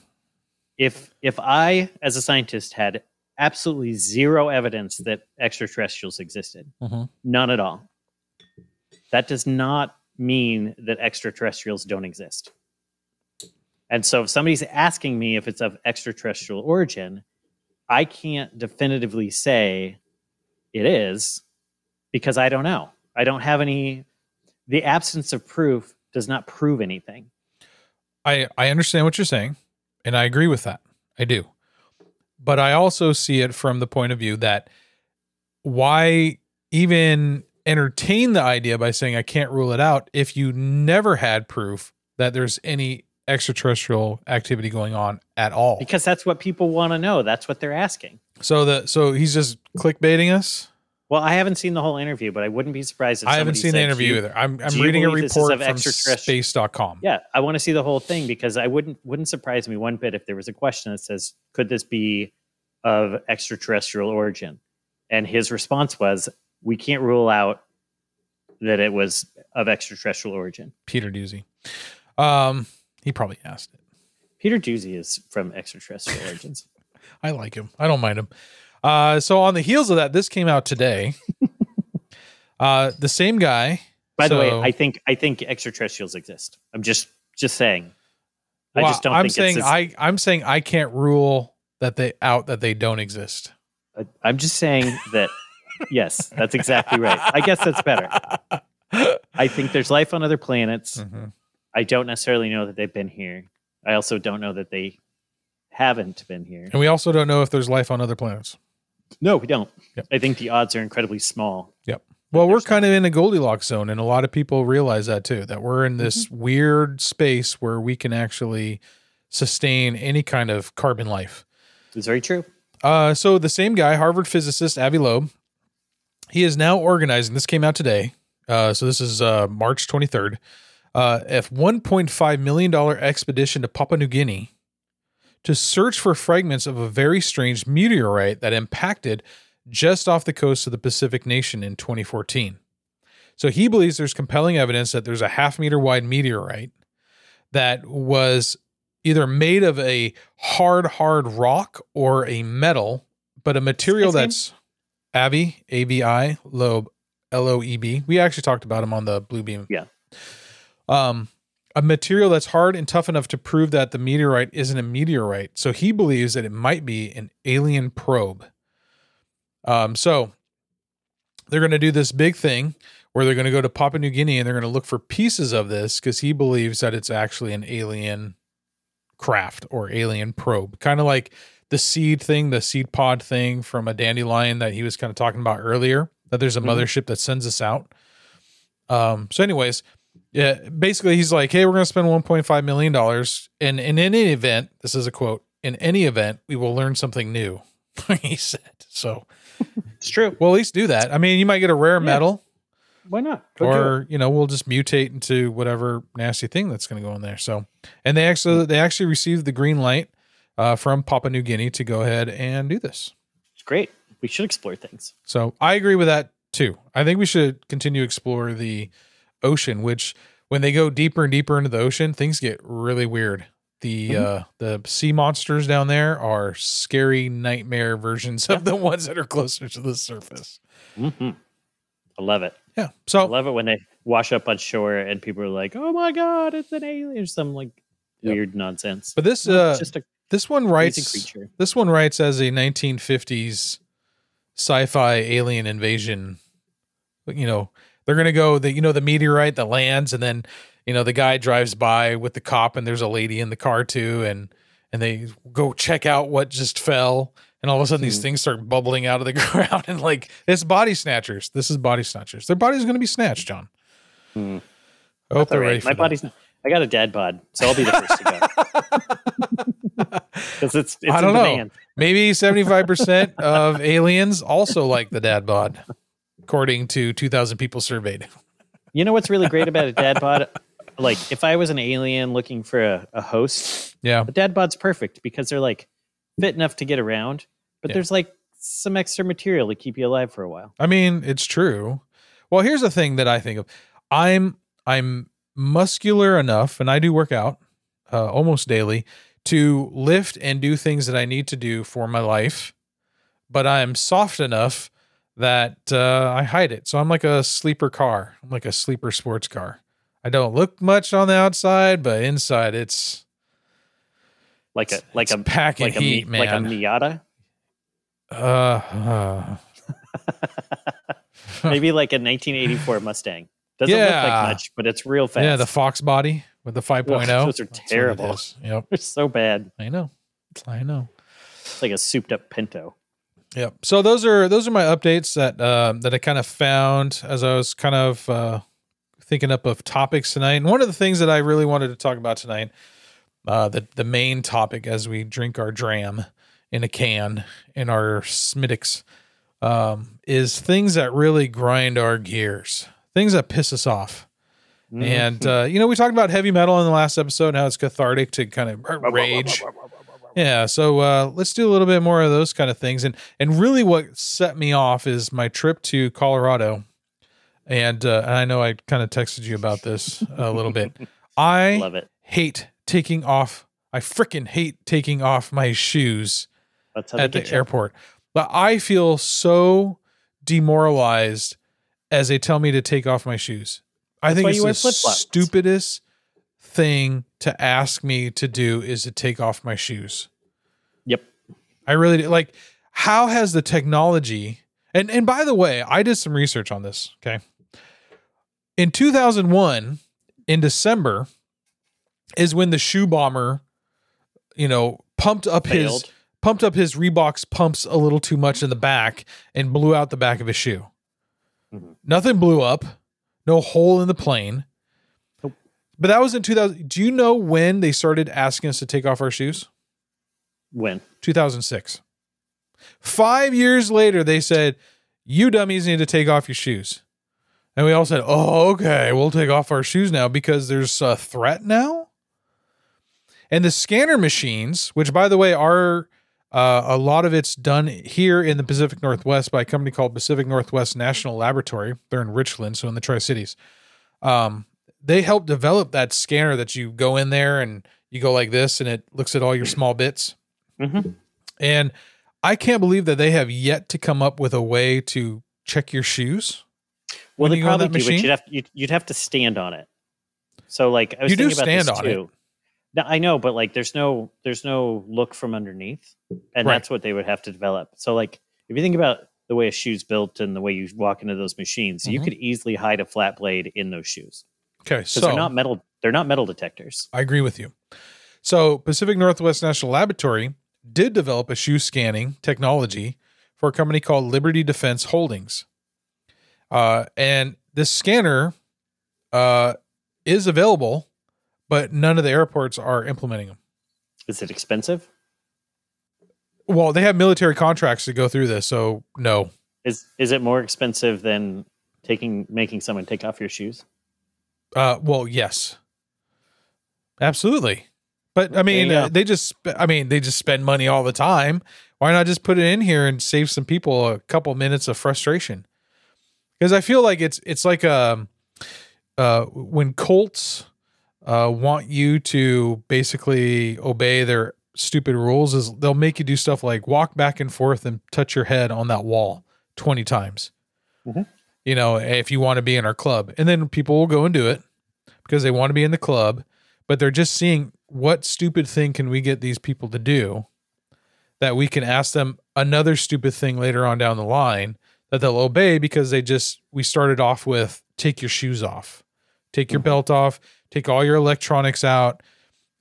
B: If if I as a scientist had absolutely zero evidence that extraterrestrials existed,
A: Mhm.
B: none at all. That does not mean that extraterrestrials don't exist. And so if somebody's asking me if it's of extraterrestrial origin, I can't definitively say it is because I don't know. I don't have any the absence of proof does not prove anything.
A: I I understand what you're saying, and I agree with that. I do. But I also see it from the point of view that why even entertain the idea by saying I can't rule it out if you never had proof that there's any extraterrestrial activity going on at all.
B: Because that's what people want to know. That's what they're asking.
A: so the so he's just clickbaiting us.
B: Well, I haven't seen the whole interview, but I wouldn't be surprised if
A: I haven't
B: somebody
A: seen the
B: said,
A: interview
B: "Do you-
A: either. I'm
B: do
A: I'm
B: you
A: reading a
B: believe this is
A: report
B: of
A: from
B: extraterrestrial-
A: space.com.
B: Yeah, I want to see the whole thing because I wouldn't wouldn't surprise me one bit if there was a question that says, "Could this be of extraterrestrial origin?" And his response was, "We can't rule out that it was of extraterrestrial origin."
A: Peter Doozy. Um he probably asked it.
B: Peter Doozy is from Extraterrestrial Origins.
A: I like him. I don't mind him. Uh, so on the heels of that, this came out today. uh, the same guy.
B: By the
A: So-
B: way, I think I think extraterrestrials exist. I'm just just saying. I just don't
A: am
B: think
A: saying
B: it's. as-
A: I I'm saying I can't rule that they out that they don't exist.
B: I, I'm just saying that. yes, that's exactly right. I guess that's better. I think there's life on other planets.
A: Mhm.
B: I don't necessarily know that they've been here. I also don't know that they haven't been here.
A: And we also don't know if there's life on other planets.
B: No, we don't.
A: Yep.
B: I think the odds are incredibly small.
A: Well, we're
B: there's
A: kind of in a Goldilocks zone, and a lot of people realize that too. That we're in this
B: Mm-hmm.
A: weird space where we can actually sustain any kind of carbon life.
B: It's very true.
A: Uh, so the same guy, Harvard physicist Avi Loeb, he is now organizing. This came out today, uh, so this is uh, March 23rd. Uh, a 1.5 million dollar expedition to Papua New Guinea to search for fragments of a very strange meteorite that impacted just off the coast of the Pacific nation in 2014. So he believes there's compelling evidence that there's a half meter wide meteorite that was either made of a hard, hard rock or a metal, but a material
B: His name?
A: that's Abby, A B I, Loeb, L O E B. We actually talked about him on the Blue Beam.
B: Yeah.
A: Um, a material that's hard and tough enough to prove that the meteorite isn't a meteorite. So he believes that it might be an alien probe. Um, so they're going to do this big thing where they're going to go to Papua New Guinea and they're going to look for pieces of this because he believes that it's actually an alien craft or alien probe, kind of like the seed thing, the seed pod thing from a dandelion that he was kind of talking about earlier. That there's a
B: Mhm.
A: mothership that sends us out. Um, so, anyways, yeah, basically he's like, hey, we're gonna spend 1.5 million dollars, and in any event, this is a quote. In any event, we will learn something new. he said. So
B: It's true.
A: we'll at least do that. I mean, you might get a rare metal,
B: Why not? Go do it.
A: or you know, we'll just mutate into whatever nasty thing that's going to go in there. So, and they actually they actually received the green light uh, from Papua New Guinea to go ahead and do this.
B: it's great. We should explore things.
A: So I agree with that too. I think we should continue to explore the ocean, which when they go deeper and deeper into the ocean, things get really weird. The
B: Mm-hmm.
A: uh, the sea monsters down there are scary nightmare versions of the ones that are closer to the surface.
B: hmm I love it.
A: Yeah.
B: I
A: So
B: love it when they wash up on shore and people are like, "Oh my god, it's an alien!" or some like
A: Yep.
B: weird nonsense.
A: but this
B: No,
A: uh
B: it's just a
A: this one
B: crazy
A: writes
B: creature.
A: this one writes as a 1950s sci-fi alien invasion But, you know they're gonna go the you know the meteorite that lands and then you know the guy drives by with the cop and there's a lady in the car too and and they go check out what just fell and all of a sudden these
B: Mhm.
A: things start bubbling out of the ground and like it's body snatchers this is body snatchers their body's gonna be snatched john
B: Hmm.
A: I hope
B: All
A: they're
B: right,
A: ready for
B: my
A: that.
B: body's. Not, I got a dad bod, so I'll be the first to go because it's, it's.
A: I don't
B: in
A: know.
B: Demand.
A: Maybe 75% of aliens also like the dad bod, according to 2,000 people surveyed.
B: You know what's really great about a dad bod? like, if I was an alien looking for a, a host,
A: Yeah.
B: a dad bod's perfect because they're like fit enough to get around, but
A: Yeah.
B: there's like some extra material to keep you alive for a while.
A: I mean, it's true. Well, here's the thing that I think of. I'm I'm muscular enough and I do work out uh, almost daily to lift and do things that I need to do for my life, but I'm soft enough that uh, I hide it. So I'm like a sleeper car. I'm like a sleeper sports car. I don't look much on the outside, but inside it's
B: Like a like
A: It's
B: a
A: packing
B: like a
A: heat,
B: Mi- like a
A: man.
B: Miata,
A: uh, uh,
B: maybe like a 1984 Mustang. Doesn't look
A: Yeah.
B: like much, but it's real fast.
A: yeah, the Fox body with the 5.0.
B: those are
A: That's what it
B: terrible.
A: is. Yep,
B: They're so bad.
A: I know. I know.
B: It's like a souped up Pinto.
A: Yep. So those are those are my updates that um, that I kind of found as I was kind of uh, thinking up of topics tonight. And one of the things that I really wanted to talk about tonight, uh, the the main topic as we drink our dram in a can in our Smittix, um, is things that really grind our gears, things that piss us off. And uh, you know, we talked about heavy metal in the last episode and how it's cathartic to kind of rage. Yeah, so uh, let's do a little bit more of those kind of things. And and really, what set me off is my trip to Colorado. And uh, and I know I kind of texted you about this a little bit. I
B: love it.
A: hate taking off. I freaking hate taking off my shoes
B: That's how they
A: at the
B: get you.
A: airport. But I feel so demoralized as they tell me to take off my shoes. I
B: That's
A: think
B: why
A: it's
B: you wear
A: the
B: flip-flops.
A: stupidest thing to ask me to do is to take off my shoes.
B: Yep.
A: I really do. like how has the technology and and by the way, I did some research on this, okay? In 2001 in December is when the shoe bomber you know pumped up his
B: Failed.
A: pumped up his Reeboks pumps a little too much in the back and blew out the back of his shoe.
B: Mhm.
A: Nothing blew up, no hole in the plane.
B: Nope.
A: But that was in 2000. Do you know when they started asking us to take off our shoes?
B: When?
A: 2006. Five years later, they said, You dummies need to take off your shoes. And we all said, Oh, okay, we'll take off our shoes now because there's a threat now. And the scanner machines, which by the way are uh, a lot of it's done here in the Pacific Northwest by a company called Pacific Northwest National Laboratory. They're in Richland, so in the Tri Cities. Um, they helped develop that scanner that you go in there and you go like this, and it looks at all your small bits.
B: Mm-hmm.
A: And I can't believe that they have yet to come up with a way to check your shoes.
B: Well,
A: When
B: they
A: you go on that
B: probably do, but
A: machine?
B: you'd have you'd, you'd have to stand on it. So, like, I was
A: You do
B: thinking about
A: stand
B: this
A: on it.
B: too. No, I know, but like, there's no there's no look from underneath, and
A: Right.
B: that's what they would have to develop. So, like, if you think about the way a shoe's built and the way you walk into those machines, you
A: Mhm.
B: could easily hide a flat blade in those shoes
A: Okay,
B: because
A: so
B: they're not metal. They're not metal detectors.
A: I agree with you. So, Pacific Northwest National Laboratory did develop a shoe scanning technology for a company called Liberty Defense Holdings. Uh, and this scanner uh, is available, but none of the airports are implementing them.
B: Is it expensive?
A: Well, they have military contracts to go through this, so no.
B: Is is it more expensive than taking making someone take off your shoes?
A: Uh, well, yes, absolutely. But I mean,
B: you
A: uh,
B: go.
A: they just, sp- I mean, they just spend money all the time. Why not just put it in here and save some people a couple minutes of frustration? Because I feel like it's, it's like, um, uh, when Colts, uh, want you to basically obey their stupid rules is they'll make you do stuff like walk back and forth and touch your head on that wall 20 times
B: Mm-hmm.
A: you know, if you want to be in our club. And then people will go and do it because they want to be in the club, but they're just seeing what stupid thing can we get these people to do that we can ask them another stupid thing later on down the line that they'll obey because they just we started off with take your shoes off, take your belt off, take all your electronics out.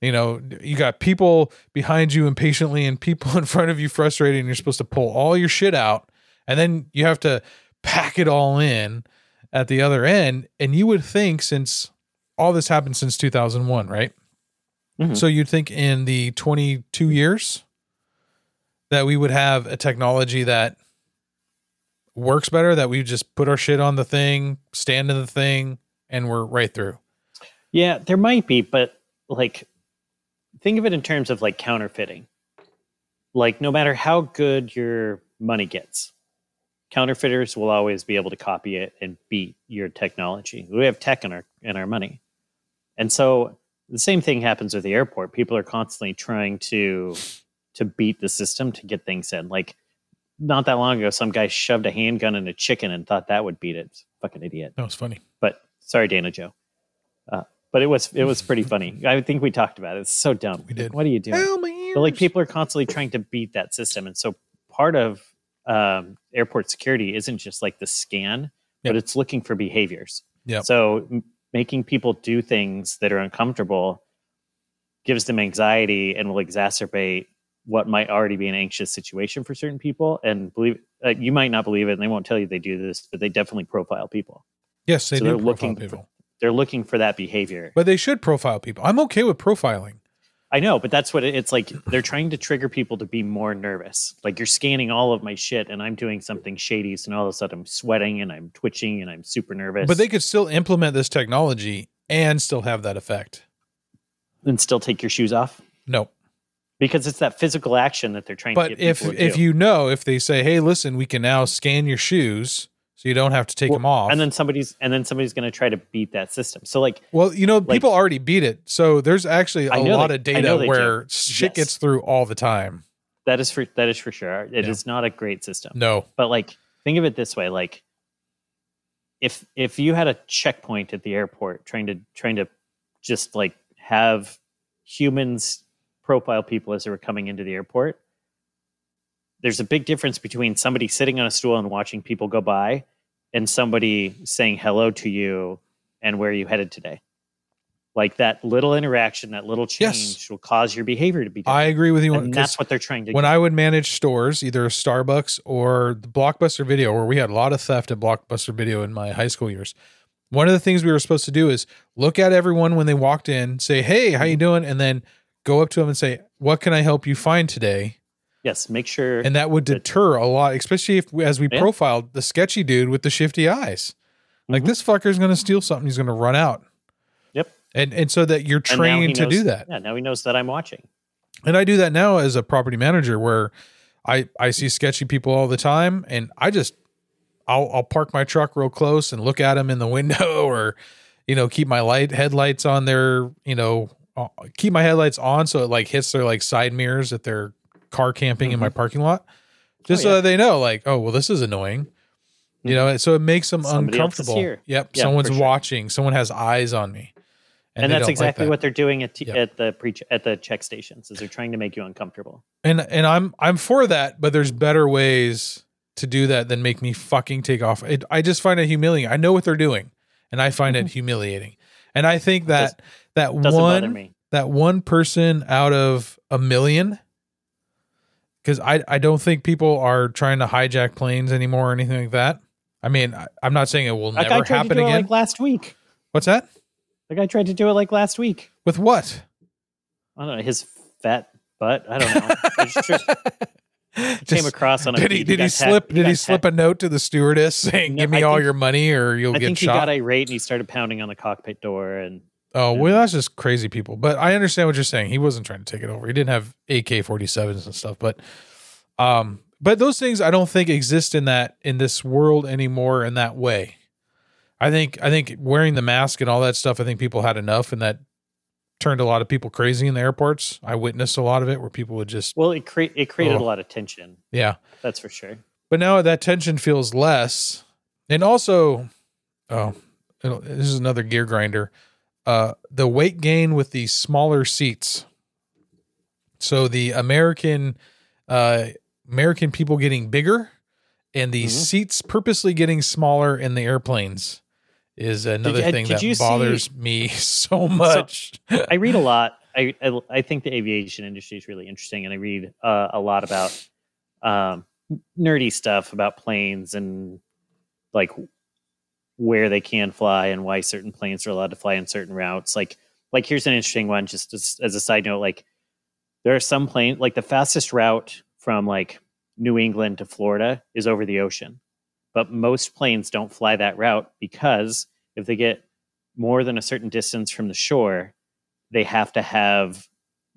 A: You know, you got people behind you impatiently and people in front of you frustrated and you're supposed to pull all your shit out and then you have to pack it all in at the other end. And you would think, since all this happened since 2001, right?
B: Mhm.
A: So you'd think in the 22 years that we would have a technology that works better, that we just put our shit on the thing, stand in the thing, and we're right through.
B: Yeah, there might be, but like, think of it in terms of like counterfeiting. Like, no matter how good your money gets, counterfeiters will always be able to copy it and beat your technology. We have tech in our in our money, and so the same thing happens with the airport. People are constantly trying to to beat the system to get things in. Like, not that long ago, some guy shoved a handgun in a chicken and thought that would beat it. Fucking idiot
A: That was funny.
B: but sorry, Dana Joe. Uh, but it was it was pretty funny. I think we talked about it. It's so dumb.
A: We did.
B: Like, what are you doing?
A: Hell, my
B: But like
A: ears.
B: people are constantly trying to beat that system, and so part of um, airport security isn't just like the scan, but
A: Yep.
B: it's looking for behaviors.
A: Yep.
B: So m- making people do things that are uncomfortable gives them anxiety and will exacerbate what might already be an anxious situation for certain people. And believe uh, you might not believe it, and they won't tell you they do this, but they definitely profile people
A: yes, they
B: so
A: do
B: they're
A: profile
B: looking for-
A: people,
B: they're looking for that behavior.
A: but they should profile people. I'm okay with profiling.
B: I know, but that's what it, it's like. They're trying to trigger people to be more nervous. Like you're scanning all of my shit, and I'm doing something shady, so now all of a sudden I'm sweating and I'm twitching and I'm super nervous.
A: But they could still implement this technology and still have that effect.
B: and still take your shoes off
A: No.
B: because it's that physical action that they're trying.
A: But
B: to get
A: if
B: people to
A: if
B: do.
A: you know if they say, "Hey, listen, we can now scan your shoes, so so you don't have to take
B: Well,
A: them off.
B: and then somebody's and then somebody's going to try to beat that system. So like
A: well, you know, people already beat it, so there's actually a
B: I know
A: lot
B: they-
A: of
B: I
A: data
B: know they
A: where shit
B: Yes.
A: gets through all the time.
B: that is for that is for sure. It is
A: Yeah.
B: not a great system.
A: No,
B: But like think of it this way, like if if you had a checkpoint at the airport trying to trying to just like have humans profile people as they were coming into the airport, there's a big difference between somebody sitting on a stool and watching people go by and somebody saying hello to you and where are you headed today. Like that little interaction, that little change
A: Yes.
B: will cause your behavior to be different.
A: I agree with you.
B: and
A: 'cause-
B: that's what they're trying to
A: when
B: get.
A: I would manage stores, either Starbucks or the Blockbuster Video, where we had a lot of theft at Blockbuster Video in my high school years. One of the things we were supposed to do is look at everyone when they walked in, say, "Hey, how
B: Mm-hmm.
A: you doing?" and then go up to them and say, "What can I help you find today?"
B: yes, make sure
A: And that would deter a lot, especially if as we
B: Yeah.
A: profiled the sketchy dude with the shifty eyes. Like
B: Mhm.
A: this fucker's going to steal something, he's going to run out.
B: Yep.
A: And and so that you're
B: And now he
A: trained to do
B: knows-
A: that.
B: Yeah, now he knows that I'm watching.
A: and I do that now as a property manager where I I see sketchy people all the time and I just I'll I'll park my truck real close and look at them in the window or you know keep my light headlights on their you know uh, keep my headlights on so it like hits their like side mirrors at their car camping in my parking lot just so
B: Mm-hmm. Oh, yeah. Mm-hmm.
A: that they know like oh well this is annoying you know and so it makes them
B: Somebody else is
A: uncomfortable
B: here.
A: yep
B: Yeah,
A: someone's
B: for sure.
A: watching someone has eyes on me
B: And,
A: they
B: that's
A: don't like
B: exactly
A: that.
B: what they're doing at, t-
A: Yep.
B: at the pre- at the check stations is they're trying to make you uncomfortable.
A: and and I'm I'm for that, but there's better ways to do that than make me fucking take off. It, I just find it humiliating. I know what they're doing, and I find it humiliating. And I think
B: Mm-hmm. Does-
A: that that
B: Doesn't bother
A: one
B: me.
A: that one person out of a million, because I I don't think people are trying to hijack planes anymore or anything like that. I mean, I, I'm not saying it will
B: That guy
A: never
B: tried to
A: happen
B: do it
A: again.
B: like last week.
A: What's that?
B: The guy tried to do it like last week.
A: With what?
B: I don't know his fat butt. I don't know. It's just- he came
A: Just-
B: across on a
A: did he
B: feed,
A: did he
B: got ta-
A: slip did
B: got
A: he
B: ta-
A: slip a note to the stewardess saying
B: No,
A: give me
B: I
A: all
B: think-
A: your money or you'll
B: I
A: get
B: think he got
A: shot
B: irate and he started pounding on the cockpit door and
A: oh well that's just crazy people but i understand what you're saying he wasn't trying to take it over he didn't have ak-47s and stuff but um but those things i don't think exist in that in this world anymore in that way i think i think wearing the mask and all that stuff i think people had enough and that turned a lot of people crazy in the airports i witnessed a lot of it where people would just
B: well, it cre- it created
A: Oh.
B: a lot of tension.
A: yeah
B: That's for sure.
A: but now that tension feels less and also oh it'll- this is another gear grinder uh the weight gain with the smaller seats so the american uh american people getting bigger and the
B: Mhm.
A: seats purposely getting smaller in the airplanes is another
B: uh,
A: thing
B: did you
A: that
B: see-
A: bothers me so much
B: I read a lot. I, I I think the aviation industry is really interesting, and I read uh, a lot about um, nerdy stuff about planes and like where they can fly and why certain planes are allowed to fly on certain routes. Like like here's an interesting one, just as, as a side note. Like there are some planes, like the fastest route from like New England to Florida is over the ocean, but most planes don't fly that route because if they get more than a certain distance from the shore, they have to have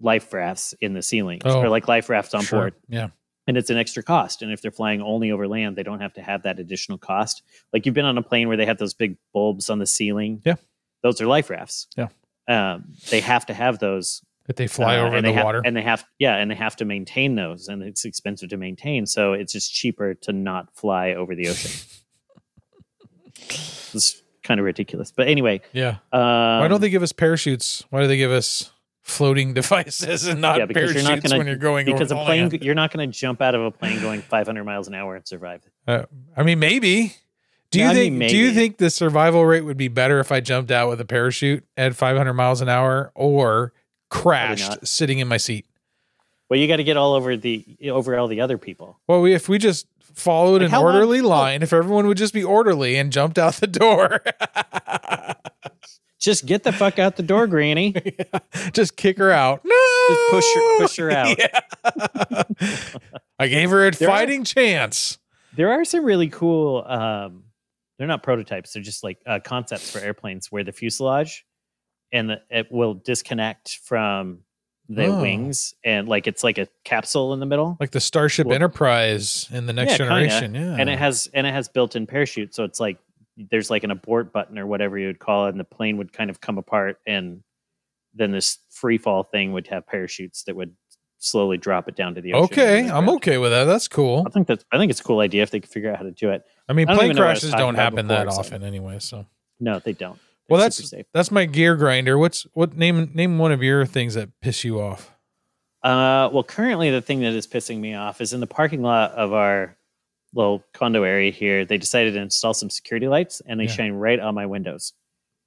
B: life rafts in the ceilings
A: Oh,
B: or like life rafts on
A: Sure.
B: board
A: yeah
B: and it's an extra cost. And if they're flying only over land, they don't have to have that additional cost. Like you've been on a plane where they have those big bulbs on the ceiling.
A: Yeah.
B: those are life rafts.
A: Yeah.
B: um, they have to have those
A: that they fly
B: uh,
A: over
B: and
A: the
B: they ha-
A: water
B: and they have yeah, and they have to maintain those, and it's expensive to maintain. So it's just cheaper to not fly over the ocean. it's kind of ridiculous, but anyway,
A: yeah
B: um,
A: Why don't they give us parachutes? Why do they give us floating devices and not
B: Yeah, because
A: parachutes
B: you're not gonna-
A: when you're going
B: Because a
A: over
B: plane,
A: land?
B: you're not going to jump out of a plane going 500 miles an hour and survive.
A: Uh, I mean, maybe. Do you
B: Yeah, I
A: think?
B: mean,
A: do you
B: maybe.
A: think the survival rate would be better if I jumped out with a parachute at 500 miles an hour or crashed
B: not.
A: sitting in my seat?
B: Well, you got to get all over the over all the other people.
A: Well, we, if we just followed
B: Like,
A: an
B: how long- Oh.
A: orderly line, if everyone would just be orderly and jumped out the door,
B: just get the fuck out the door, Granny.
A: just kick her out. No,
B: Just push her- push her out.
A: Yeah. I gave her a
B: There are-
A: fighting chance.
B: there are some really cool. Um, they're not prototypes; they're just like uh, concepts for airplanes where the fuselage and the, it will disconnect from the
A: Oh.
B: wings, and like it's like a capsule in the middle,
A: like the Starship
B: Well-
A: Enterprise in the next
B: Yeah, kinda.
A: generation. Yeah,
B: and it has and it has built-in parachute, so it's like there's like an abort button or whatever you would call it, and the plane would kind of come apart, and then this free fall thing would have parachutes that would slowly drop it down to the ocean.
A: okay, I'm okay with that. That's cool.
B: I think that's I think it's a cool idea if they could figure out how to do it.
A: I mean,
B: I don't
A: plane
B: even know what I was
A: crashes
B: talking
A: don't
B: about
A: happen
B: before,
A: that
B: so-
A: often anyway. So
B: No, they don't.
A: Well,
B: They're
A: that's-
B: super safe.
A: that's my gear grinder. What's what name name one of your things that piss you off?
B: Uh, well, currently the thing that is pissing me off is in the parking lot of our little condo area here. They decided to install some security lights, and they
A: Yeah.
B: shine right on my windows,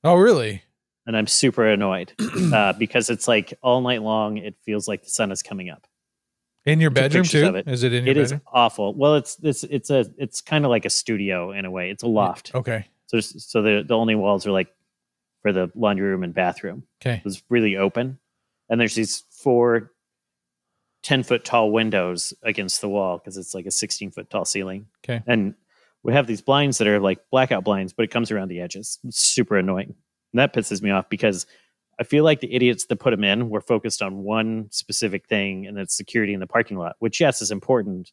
A: Oh, really?
B: and I'm super annoyed uh, because it's like all night long. It feels like the sun is coming up.
A: In your
B: Took
A: bedroom
B: pictures
A: too?
B: of it.
A: Is it in your
B: It is
A: bedroom?
B: awful. Well, it's it's it's a it's kind of like a studio in a way. It's a loft.
A: Okay.
B: So there's- so the the only walls are like for the laundry room and bathroom.
A: Okay.
B: was really open and there's these four 10 foot tall windows against the wall because it's like a 16 foot tall ceiling
A: Okay.
B: and we have these blinds that are like blackout blinds but it comes around the edges it's super annoying and that pisses me off because i feel like the idiots that put them in were focused on one specific thing and that's security in the parking lot which yes is important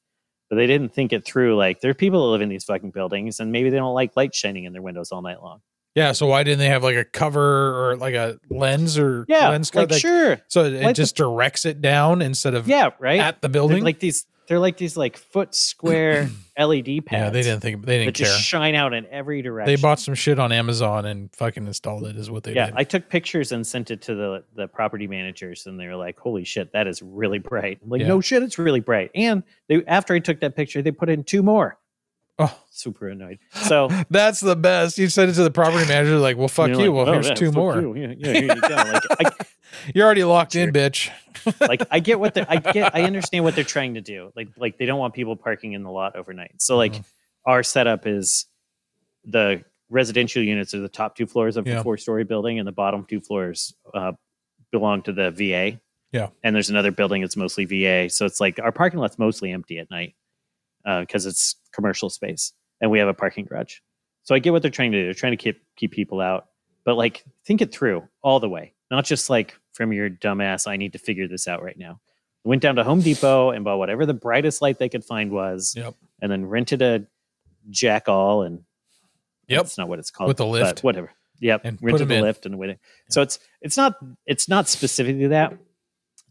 B: but they didn't think it through like there are people that live in these fucking buildings and maybe they don't like light shining in their windows all night long
A: Yeah. So why didn't they have like a cover or like a lens or
B: yeah
A: lens
B: like,
A: cover? that-
B: sure
A: So it
B: like the-
A: just directs it down instead of
B: yeah right
A: at the
B: They're
A: building.
B: like these they're like these like foot square LED pads.
A: yeah, they didn't think they
B: that
A: didn't care.
B: just shine out in every direction.
A: They bought some shit on Amazon and fucking installed it. Is what they
B: yeah,
A: did.
B: I took pictures and sent it to the the property managers, and they were like, "Holy shit, that is really bright!" I'm like,
A: Yeah.
B: "No shit, it's really bright." And they after I took that picture, they put in two more.
A: oh,
B: Super annoyed. So
A: that's the best. You sent it to the property manager. Like, well, fuck you.
B: know, like,
A: well,
B: "Oh,
A: here's
B: yeah,
A: two
B: fuck
A: more.
B: you. Yeah, yeah, here you go. Like, I,
A: You're already locked in, bitch.
B: like I get what the I get I understand what they're trying to do. Like like they don't want people parking in the lot overnight. So like
A: Mhm.
B: our setup is the residential units are the top two floors of
A: Yeah.
B: the four story building and the bottom two floors uh, belong to the VA.
A: Yeah.
B: And there's another building that's mostly VA. So it's like our parking lot's mostly empty at night because it's commercial space and we have a parking garage. So I get what they're trying to do. They're trying to keep keep people out, but like think it through all the way, not just like from your dumbass. I need to figure this out right now. Went down to Home Depot and bought whatever the brightest light they could find was,
A: Yep.
B: and then rented a jack all and
A: Yep.
B: that's not what it's called
A: With the
B: but
A: lift.
B: whatever. Yep,
A: And put
B: rented
A: 'em
B: the
A: in.
B: lift and waited. So it's it's not it's not specifically that.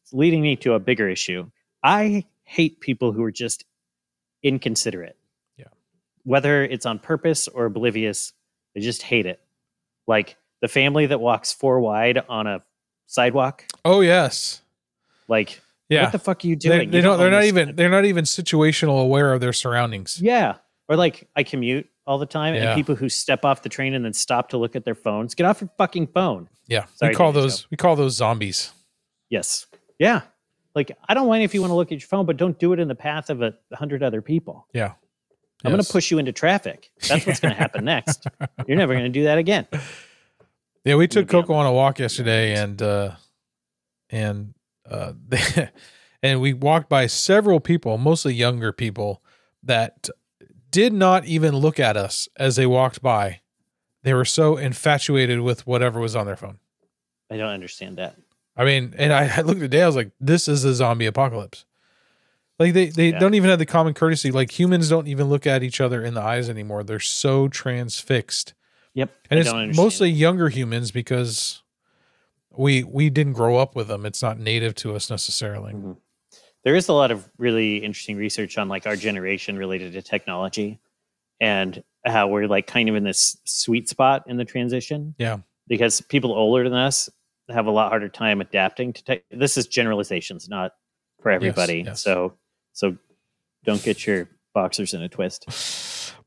B: It's leading me to a bigger issue. I hate people who are just inconsiderate.
A: Yeah.
B: Whether it's on purpose or oblivious, I just hate it. Like the family that walks four wide on a sidewalk.
A: Oh yes.
B: Like,
A: Yeah.
B: what the fuck are you
A: they,
B: doing?
A: they
B: You
A: don't. They're not even.
B: understand.
A: They're not even situational aware of their surroundings.
B: Yeah. Or like I commute all the time,
A: Yeah.
B: and people who step off the train and then stop to look at their phones. Get off your fucking phone.
A: Yeah,
B: Sorry,
A: we call
B: Daily
A: those we call those zombies.
B: Yes. Yeah. Like I don't mind if you want to look at your phone, but don't do it in the path of a hundred other people.
A: Yeah,
B: I'm going
A: Yes.
B: to push you into traffic. That's what's going to happen next. You're never going to do that again.
A: Yeah, we took
B: Maybe I'm-
A: Coco on a walk yesterday, and uh, and uh, and we walked by several people, mostly younger people, that did not even look at us as they walked by. They were so infatuated with whatever was on their phone.
B: I don't understand that.
A: I mean, and I, I looked at Dale. I was like, "This is a zombie apocalypse." Like they they
B: Yeah.
A: don't even have the common courtesy. Like humans don't even look at each other in the eyes anymore. They're so transfixed,
B: Yep.
A: and
B: I
A: it's
B: don't understand
A: mostly
B: it.
A: younger humans because we we didn't grow up with them. It's not native to us necessarily.
B: Mhm. there is a lot of really interesting research on like our generation related to technology and how we're like kind of in this sweet spot in the transition.
A: Yeah.
B: Because people older than us have a lot harder time adapting to tech. This is generalizations, not for everybody.
A: yes.
B: So, so don't get your boxers in a twist.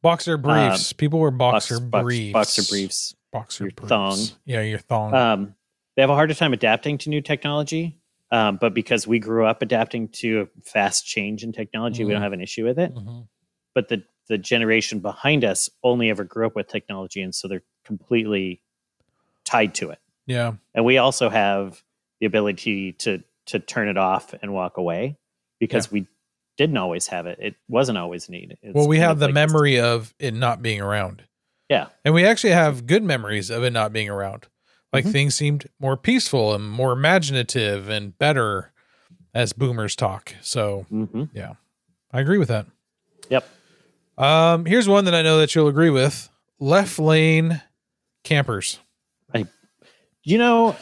A: Boxer briefs. People were
B: Um, Box-
A: boxer
B: box-
A: briefs.
B: Boxer briefs.
A: Boxer
B: Your
A: briefs.
B: thong.
A: Yeah, your thong.
B: Um, they have a harder time adapting to new technology. Um, but because we grew up adapting to fast change in technology, we don't
A: Mhm.
B: have an issue with it.
A: Mhm.
B: but the the generation behind us only ever grew up with technology and so they're completely tied to it
A: Yeah,
B: and we also have the ability to to turn it off and walk away because we didn't always have it it wasn't always needed It's
A: well, we
B: kind
A: have
B: of
A: the
B: like this-
A: memory of it not being around.
B: Yeah.
A: And we actually have good memories of it not being around. Like
B: Mhm.
A: things seemed more peaceful and more imaginative and better as boomers talk. So
B: hmm
A: I agree with that.
B: Yep.
A: Um, here's one that I know that you'll agree with. Left lane campers.
B: You know,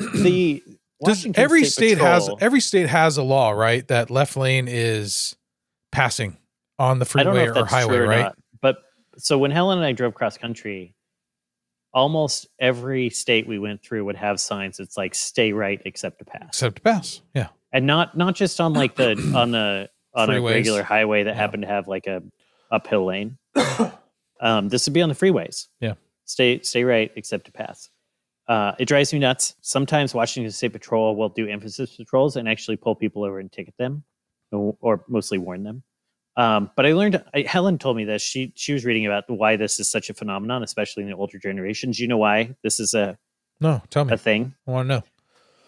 B: the
A: Does
B: Washington
A: every state has
B: Patrol-
A: every state has a law, right? That left lane is passing on the
B: I don't know
A: freeway
B: if
A: or
B: that's
A: highway,
B: true or
A: right?
B: not, but so when Helen and I drove cross country, almost every state we went through would have signs. It's like "Stay right, except to pass,"
A: Except to pass. Yeah.
B: and not not just on like the on the on a
A: Freeways.
B: regular highway
A: Yeah.
B: that happened to have like a uphill lane. um, this would be on the freeways.
A: Yeah.
B: stay stay right, except to pass. Uh, it drives me nuts. Sometimes Washington State Patrol will do emphasis patrols and actually pull people over and ticket them, or, or mostly warn them. Um, but I learned I, Helen told me this. She she was reading about why this is such a phenomenon, especially in the older generations. You know why this is a,
A: No, tell me.
B: a thing.
A: I want to know.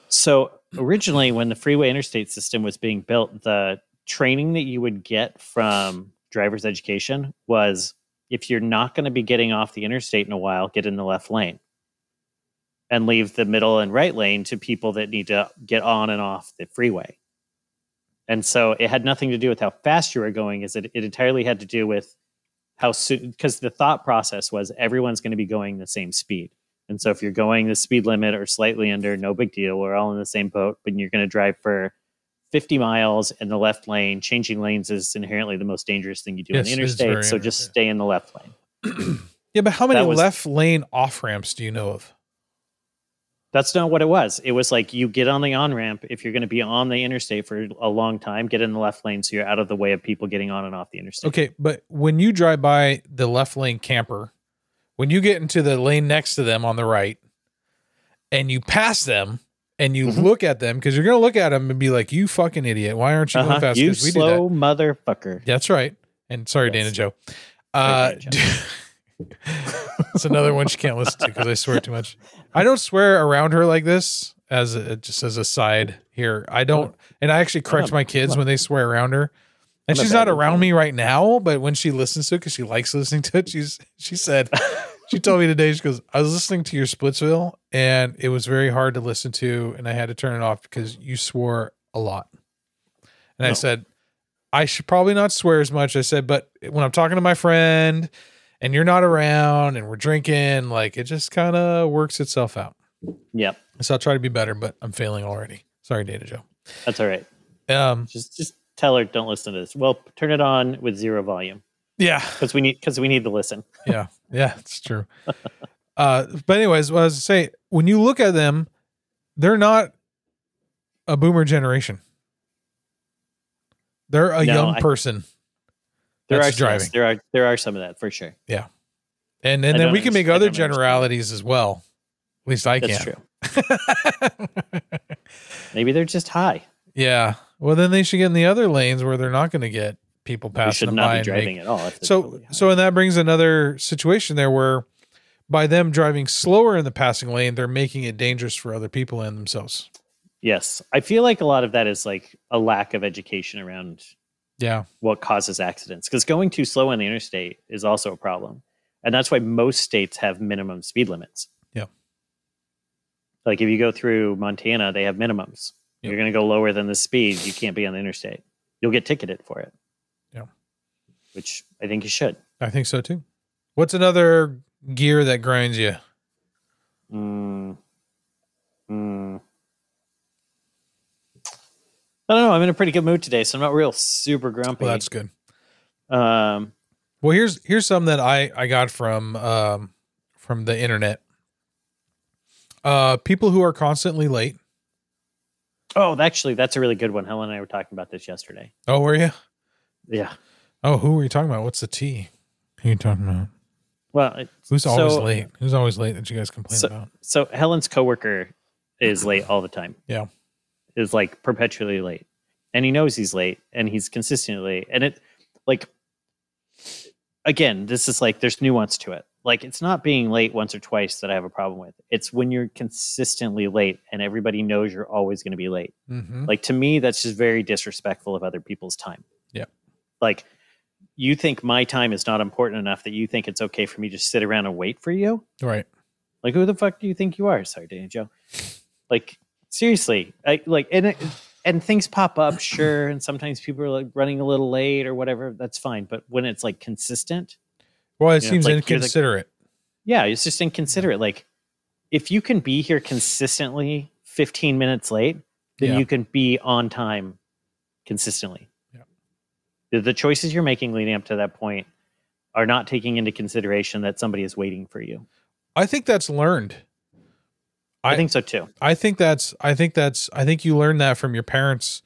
B: So originally, when the freeway interstate system was being built, the training that you would get from driver's education was if you're not going to be getting off the interstate in a while, get in the left lane and leave the middle and right lane to people that need to get on and off the freeway. And so it had nothing to do with how fast you were going, is it, it entirely had to do with how soon because the thought process was everyone's going to be going the same speed. And so if you're going the speed limit or slightly under, no big deal. We're all in the same boat, but you're going to drive for 50 miles in the left lane. Changing lanes is inherently the most dangerous thing you do
A: Yes,
B: in
A: it
B: the
A: is very
B: interstate. So just
A: inherent,
B: stay in the left lane.
A: Yeah, but how many
B: That was-
A: left lane off ramps do you know of?
B: That's not what it was. It was like you get on the on ramp if you're going to be on the interstate for a long time, get in the left lane so you're out of the way of people getting on and off the interstate.
A: Okay, but when you drive by the left lane camper, when you get into the lane next to them on the right, and you pass them and you
B: Mhm.
A: look at them because you're gonna look at them and be like, "You fucking idiot! Why aren't you going
B: Uh-huh.
A: fast?"
B: You
A: 'Cause we do that.
B: slow motherfucker.
A: That's right. And sorry, Dana
B: Yes.
A: Joe. Uh,
B: Dana
A: it's another one she can't listen to because I swear too much. I don't swear around her like this. As a, just as a side here, I don't, and I actually correct
B: I'm a-
A: my kids
B: I'm a-
A: when they swear around her. And
B: Oh, I'm a
A: she's not
B: bad
A: around
B: influence.
A: me right now, but when she listens to it, because she likes listening to it, she's she said, she told me today, she goes, I was listening to your Splitsville, and it was very hard to listen to, and I had to turn it off because you swore a lot. And I
B: No.
A: said, I should probably not swear as much. I said, but when I'm talking to my friend and you're not around and we're drinking, like it just kind of works itself out.
B: Yep.
A: So I'll try to be better, but I'm failing already. Sorry, Data Joe.
B: That's all right.
A: Um,
B: Just just tell her don't listen to this. Well, turn it on with zero volume
A: yeah,
B: cuz we need cuz we need to listen.
A: yeah, it's true. Uh, but anyways, what I was to say, when you look at them, they're not a boomer generation. They're a
B: No,
A: young
B: I-
A: person.
B: There
A: That's
B: are some-
A: driving.
B: There are there are some of that for sure.
A: And, and then
B: I don't
A: we can make
B: understand- I
A: other
B: don't understand.
A: generalities as well. At least I
B: That's
A: can.
B: true. Maybe they're just high.
A: yeah. Well, then they should get in the other lanes where they're not going to get people
B: We
A: passing
B: should
A: them
B: not
A: by and
B: be
A: make-
B: driving at all. if they're
A: so
B: really high.
A: so and that brings another situation there where by them driving slower in the passing lane they're making it dangerous for other people and themselves
B: yes, I feel like a lot of that is like a lack of education around
A: yeah
B: what causes accidents because going too slow on the interstate is also a problem and that's why most states have minimum speed limits
A: Yeah.
B: like if you go through montana they have minimums
A: Yeah.
B: you're going to go lower than the speed you can't be on the interstate you'll get ticketed for it
A: Yeah.
B: which i think you should
A: i think so too what's another gear that grinds you
B: Mm. Mm. i don't know i'm in a pretty good mood today so i'm not real super grumpy
A: well that's good
B: um,
A: well here's here's some that i i got from um from the internet uh people who are constantly late
B: oh actually that's a really good one helen and i were talking about this yesterday
A: oh were you
B: yeah
A: oh who were you talking about what's the t who are you talking about
B: Well, it-
A: who's always
B: So-
A: late who's always late that you guys complain
B: So-
A: about
B: so Helen's coworker is late all the time.
A: Yeah.
B: Is like perpetually late. And he knows he's late and he's consistently late. And it like again, this is like there's nuance to it. Like it's not being late once or twice that I have a problem with. It's when you're consistently late and everybody knows you're always going to be late.
A: mm-hmm.
B: Like to me, that's just very disrespectful of other people's time.
A: Yeah.
B: Like you think my time is not important enough that you think it's okay for me to sit around and wait for you?
A: right
B: Like, who the fuck do you think you are, Sardinia Joe? Like, seriously, I, like, and it, and things pop up, sure, and sometimes people are like running a little late or whatever. That's fine, but when it's like consistent,
A: Well, it
B: Yeah,
A: seems
B: like, you're the-
A: inconsiderate.
B: yeah, it's just inconsiderate. Like, if you can be here consistently 15 minutes late, then
A: Yeah.
B: you can be on time consistently.
A: Yeah.
B: The, the choices you're making leading up to that point are not taking into consideration that somebody is waiting for you.
A: I think that's learned.
B: I,
A: I-
B: think so too.
A: I think that's I think that's I think you learn that from your parents.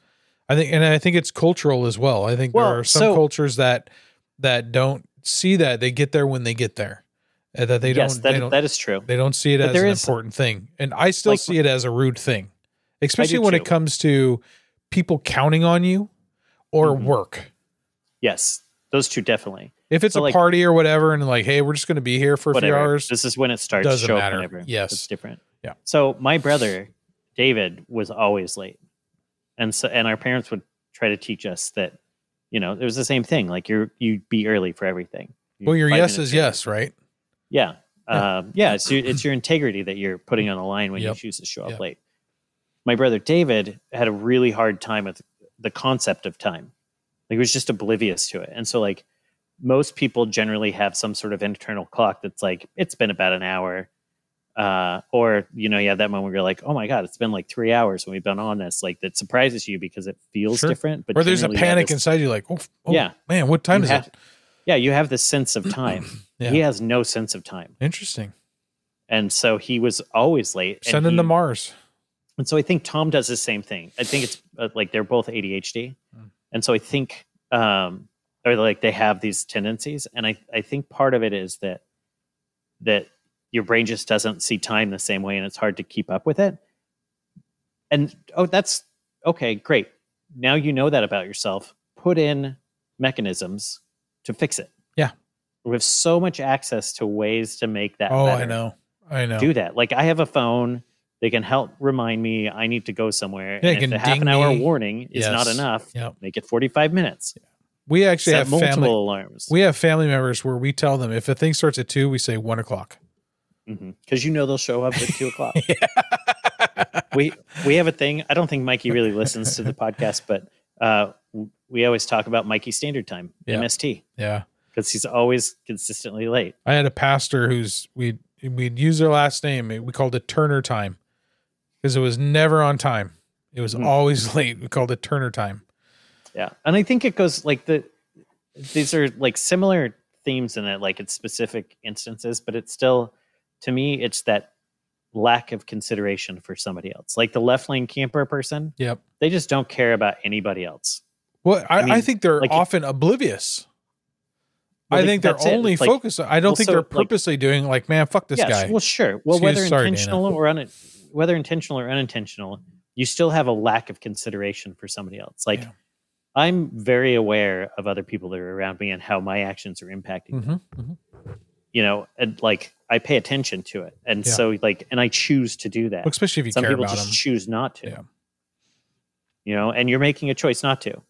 A: I think and I think it's cultural as well. I think
B: Well,
A: there are some
B: so-
A: cultures that that don't see that. They get there when they get there. And that they
B: yes,
A: don't
B: that,
A: they don't
B: that is true.
A: they don't see it
B: But
A: as
B: there
A: an
B: is-
A: important thing. And I still
B: like-
A: see it as a rude thing. Especially when
B: too.
A: it comes to people counting on you or
B: Mhm.
A: work.
B: Yes, those two definitely.
A: If it's
B: So,
A: a
B: like-
A: party or whatever and like, hey, we're just gonna be here for a
B: Whatever.
A: few hours.
B: This is when it starts.
A: doesn't
B: show
A: matter.
B: Up whenever.
A: Yes.
B: it's different.
A: Yeah.
B: So my brother David was always late, and so and our parents would try to teach us that, you know, it was the same thing. Like you're you'd be early for everything. You'd
A: Well, your
B: five
A: yes
B: minutes
A: is
B: early.
A: yes, right?
B: Yeah. Um, yeah. It's your, it's your integrity that you're putting on the line when
A: Yep.
B: you choose to show up
A: Yep.
B: late. My brother David had a really hard time with the concept of time. Like he was just oblivious to it. And so like most people generally have some sort of internal clock that's like, it's been about an hour. Uh, or, you know, yeah, that moment where you're like, oh my God, it's been like three hours when we've been on this. Like that surprises you because it feels
A: Sure.
B: different. But
A: or there's a
B: generally, yeah,
A: panic
B: this-
A: inside you like, oh, f- oh
B: Yeah.
A: man, what time
B: you
A: is
B: have-
A: it?
B: Yeah. You have this sense of time.
A: Yeah.
B: He has no sense of time.
A: Interesting.
B: and so he was always late.
A: Send
B: and
A: him
B: he-
A: to Mars.
B: And so I think Tom does the same thing. I think it's uh, like they're both ADHD,
A: Mm.
B: and so I think, um, or like they have these tendencies, and I I think part of it is that that your brain just doesn't see time the same way, and it's hard to keep up with it. And oh, that's okay, great. Now you know that about yourself. Put in mechanisms to fix it.
A: Yeah.
B: we have so much access to ways to make that.
A: Oh, I
B: better
A: know. I know.
B: do that. Like I have a phone; they can help remind me I need to go somewhere.
A: Yeah, it
B: and
A: can
B: if the half
A: ding
B: an hour
A: me.
B: warning is not
A: Yes.
B: enough,
A: Yep.
B: make it forty-five minutes.
A: We actually
B: Set
A: have
B: multiple
A: family.
B: alarms
A: We have family members where we tell them if a thing starts at two, we say one o'clock.
B: because Mm-hmm. you know they'll show up at two o'clock. We we have a thing. I don't think Mikey really listens to the podcast, but uh, w- we always talk about Mikey standard time
A: Yeah.
B: (MST)
A: Yeah.
B: because he's always consistently late.
A: I had a pastor who's we we'd use their last name. We called it Turner time because it was never on time. It was
B: Hmm.
A: always late. We called it Turner time.
B: Yeah, and I think it goes like the these are like similar themes in it, like it's specific instances, but it's still to me it's that lack of consideration for somebody else. Like the left lane camper person,
A: Yep.
B: they just don't care about anybody else.
A: Well, I, I,
B: I mean,
A: think they're
B: like-
A: often oblivious.
B: Well,
A: I
B: they-
A: think they're
B: that's it.
A: only
B: It's like-
A: focused. on- I don't
B: Well,
A: think
B: so,
A: they're
B: like-
A: purposely doing like, man, fuck this
B: yes,
A: guy.
B: well, sure. Well,
A: Excuse-
B: whether
A: sorry, Dana.
B: intentional or un, whether intentional or unintentional, you still have a lack of consideration for somebody else. Like
A: Yeah.
B: I'm very aware of other people that are around me and how my actions are impacting
A: Mhm, mhm.
B: you know, and like I pay attention to it. And
A: Yeah.
B: so like and I choose to do that.
A: Especially if you
B: Some
A: care
B: people
A: about
B: just
A: him.
B: choose not to.
A: Yeah.
B: You know, and you're making a choice not to.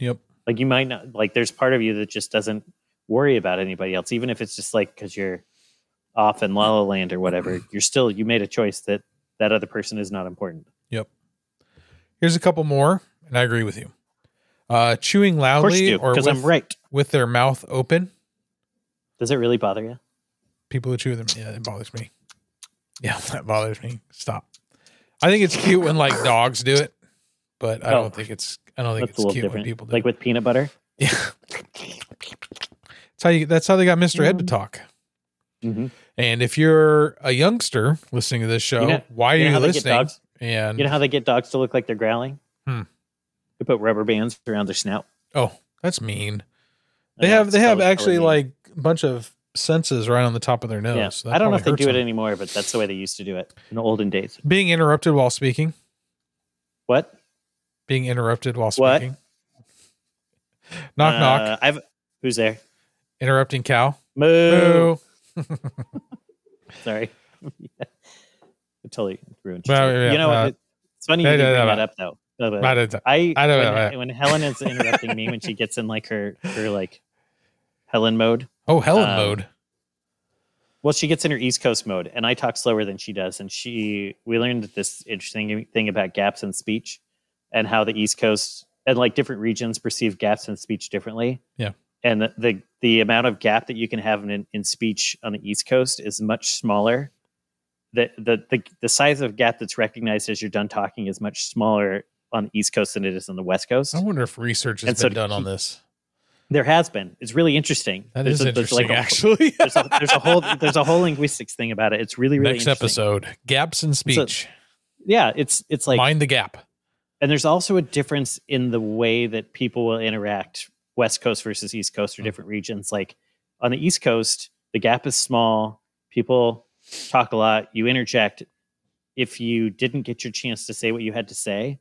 A: Yep.
B: Like you might not like there's part of you that just doesn't worry about anybody else, even if it's just like because you're off in La La Land or whatever, you're still you made a choice that that other person is not important.
A: Here's a couple more, and I agree with you. Uh, chewing
B: Of course
A: loudly
B: you do,
A: or with,
B: because I'm right.
A: with their mouth open.
B: Does it really bother you?
A: People who chew them, yeah, it bothers me. Yeah, that bothers me. Stop. I think it's cute when like dogs do it, but I
B: Oh.
A: don't think it's I don't think
B: That's a
A: it's
B: little
A: cute when
B: different.
A: people do.
B: like
A: Like
B: with peanut butter.
A: yeah, that's how you. That's how they got Mister
B: Mm.
A: Ed to talk.
B: Mm-hmm.
A: And if you're a youngster listening to this show,
B: know-
A: why are
B: you
A: you,
B: know how they get
A: listening?
B: dogs?
A: And
B: You know how they get dogs to look like they're growling?
A: Hmm.
B: They put rubber bands around their snout.
A: oh, that's mean.
B: I
A: They
B: know,
A: have
B: it's
A: they have
B: probably- probably
A: actually
B: mean.
A: like a bunch of senses right on the top of their nose.
B: yeah.
A: so that
B: I don't know if they
A: probably
B: do
A: hurts
B: it
A: them.
B: anymore, but that's the way they used to do it in the olden days.
A: Being interrupted while speaking.
B: What?
A: Being interrupted while
B: What?
A: speaking. Knock knock.
B: Uh, I've who's there?
A: Interrupting cow.
B: Moo.
A: Boo.
B: Sorry. I totally ruined.
A: Well,
B: your day.
A: yeah,
B: you know
A: uh,
B: what? It's funny you
A: yeah,
B: did
A: yeah,
B: bring
A: yeah.
B: that up though. No, but
A: Not a-
B: I,
A: I don't know,
B: when, when Helen is interrupting me when she gets in like her her like Helen mode,
A: Oh, Helen
B: Um,
A: mode.
B: Well, she gets in her East Coast mode, and I talk slower than she does. And she, we learned this interesting thing about gaps in speech, and how the East Coast and like different regions perceive gaps in speech differently.
A: Yeah.
B: and the the, the amount of gap that you can have in in speech on the East Coast is much smaller. The, the the the size of gap that's recognized as you're done talking is much smaller on the East Coast than it is on the West Coast.
A: I wonder if research has
B: And
A: been
B: so to
A: done on
B: keep-
A: this.
B: There has been. It's really interesting.
A: That is
B: There's a- there's
A: interesting,
B: like a-
A: actually.
B: there's a, there's a whole there's a whole linguistics thing about it. It's really really
A: Next
B: interesting.
A: episode, gaps in speech.
B: Yeah, it's it's like
A: Mind the gap.
B: and there's also a difference in the way that people will interact West Coast versus East Coast or
A: Mhm.
B: different regions. Like on the East Coast, the gap is small. People talk a lot. You interject. If you didn't get your chance to say what you had to say,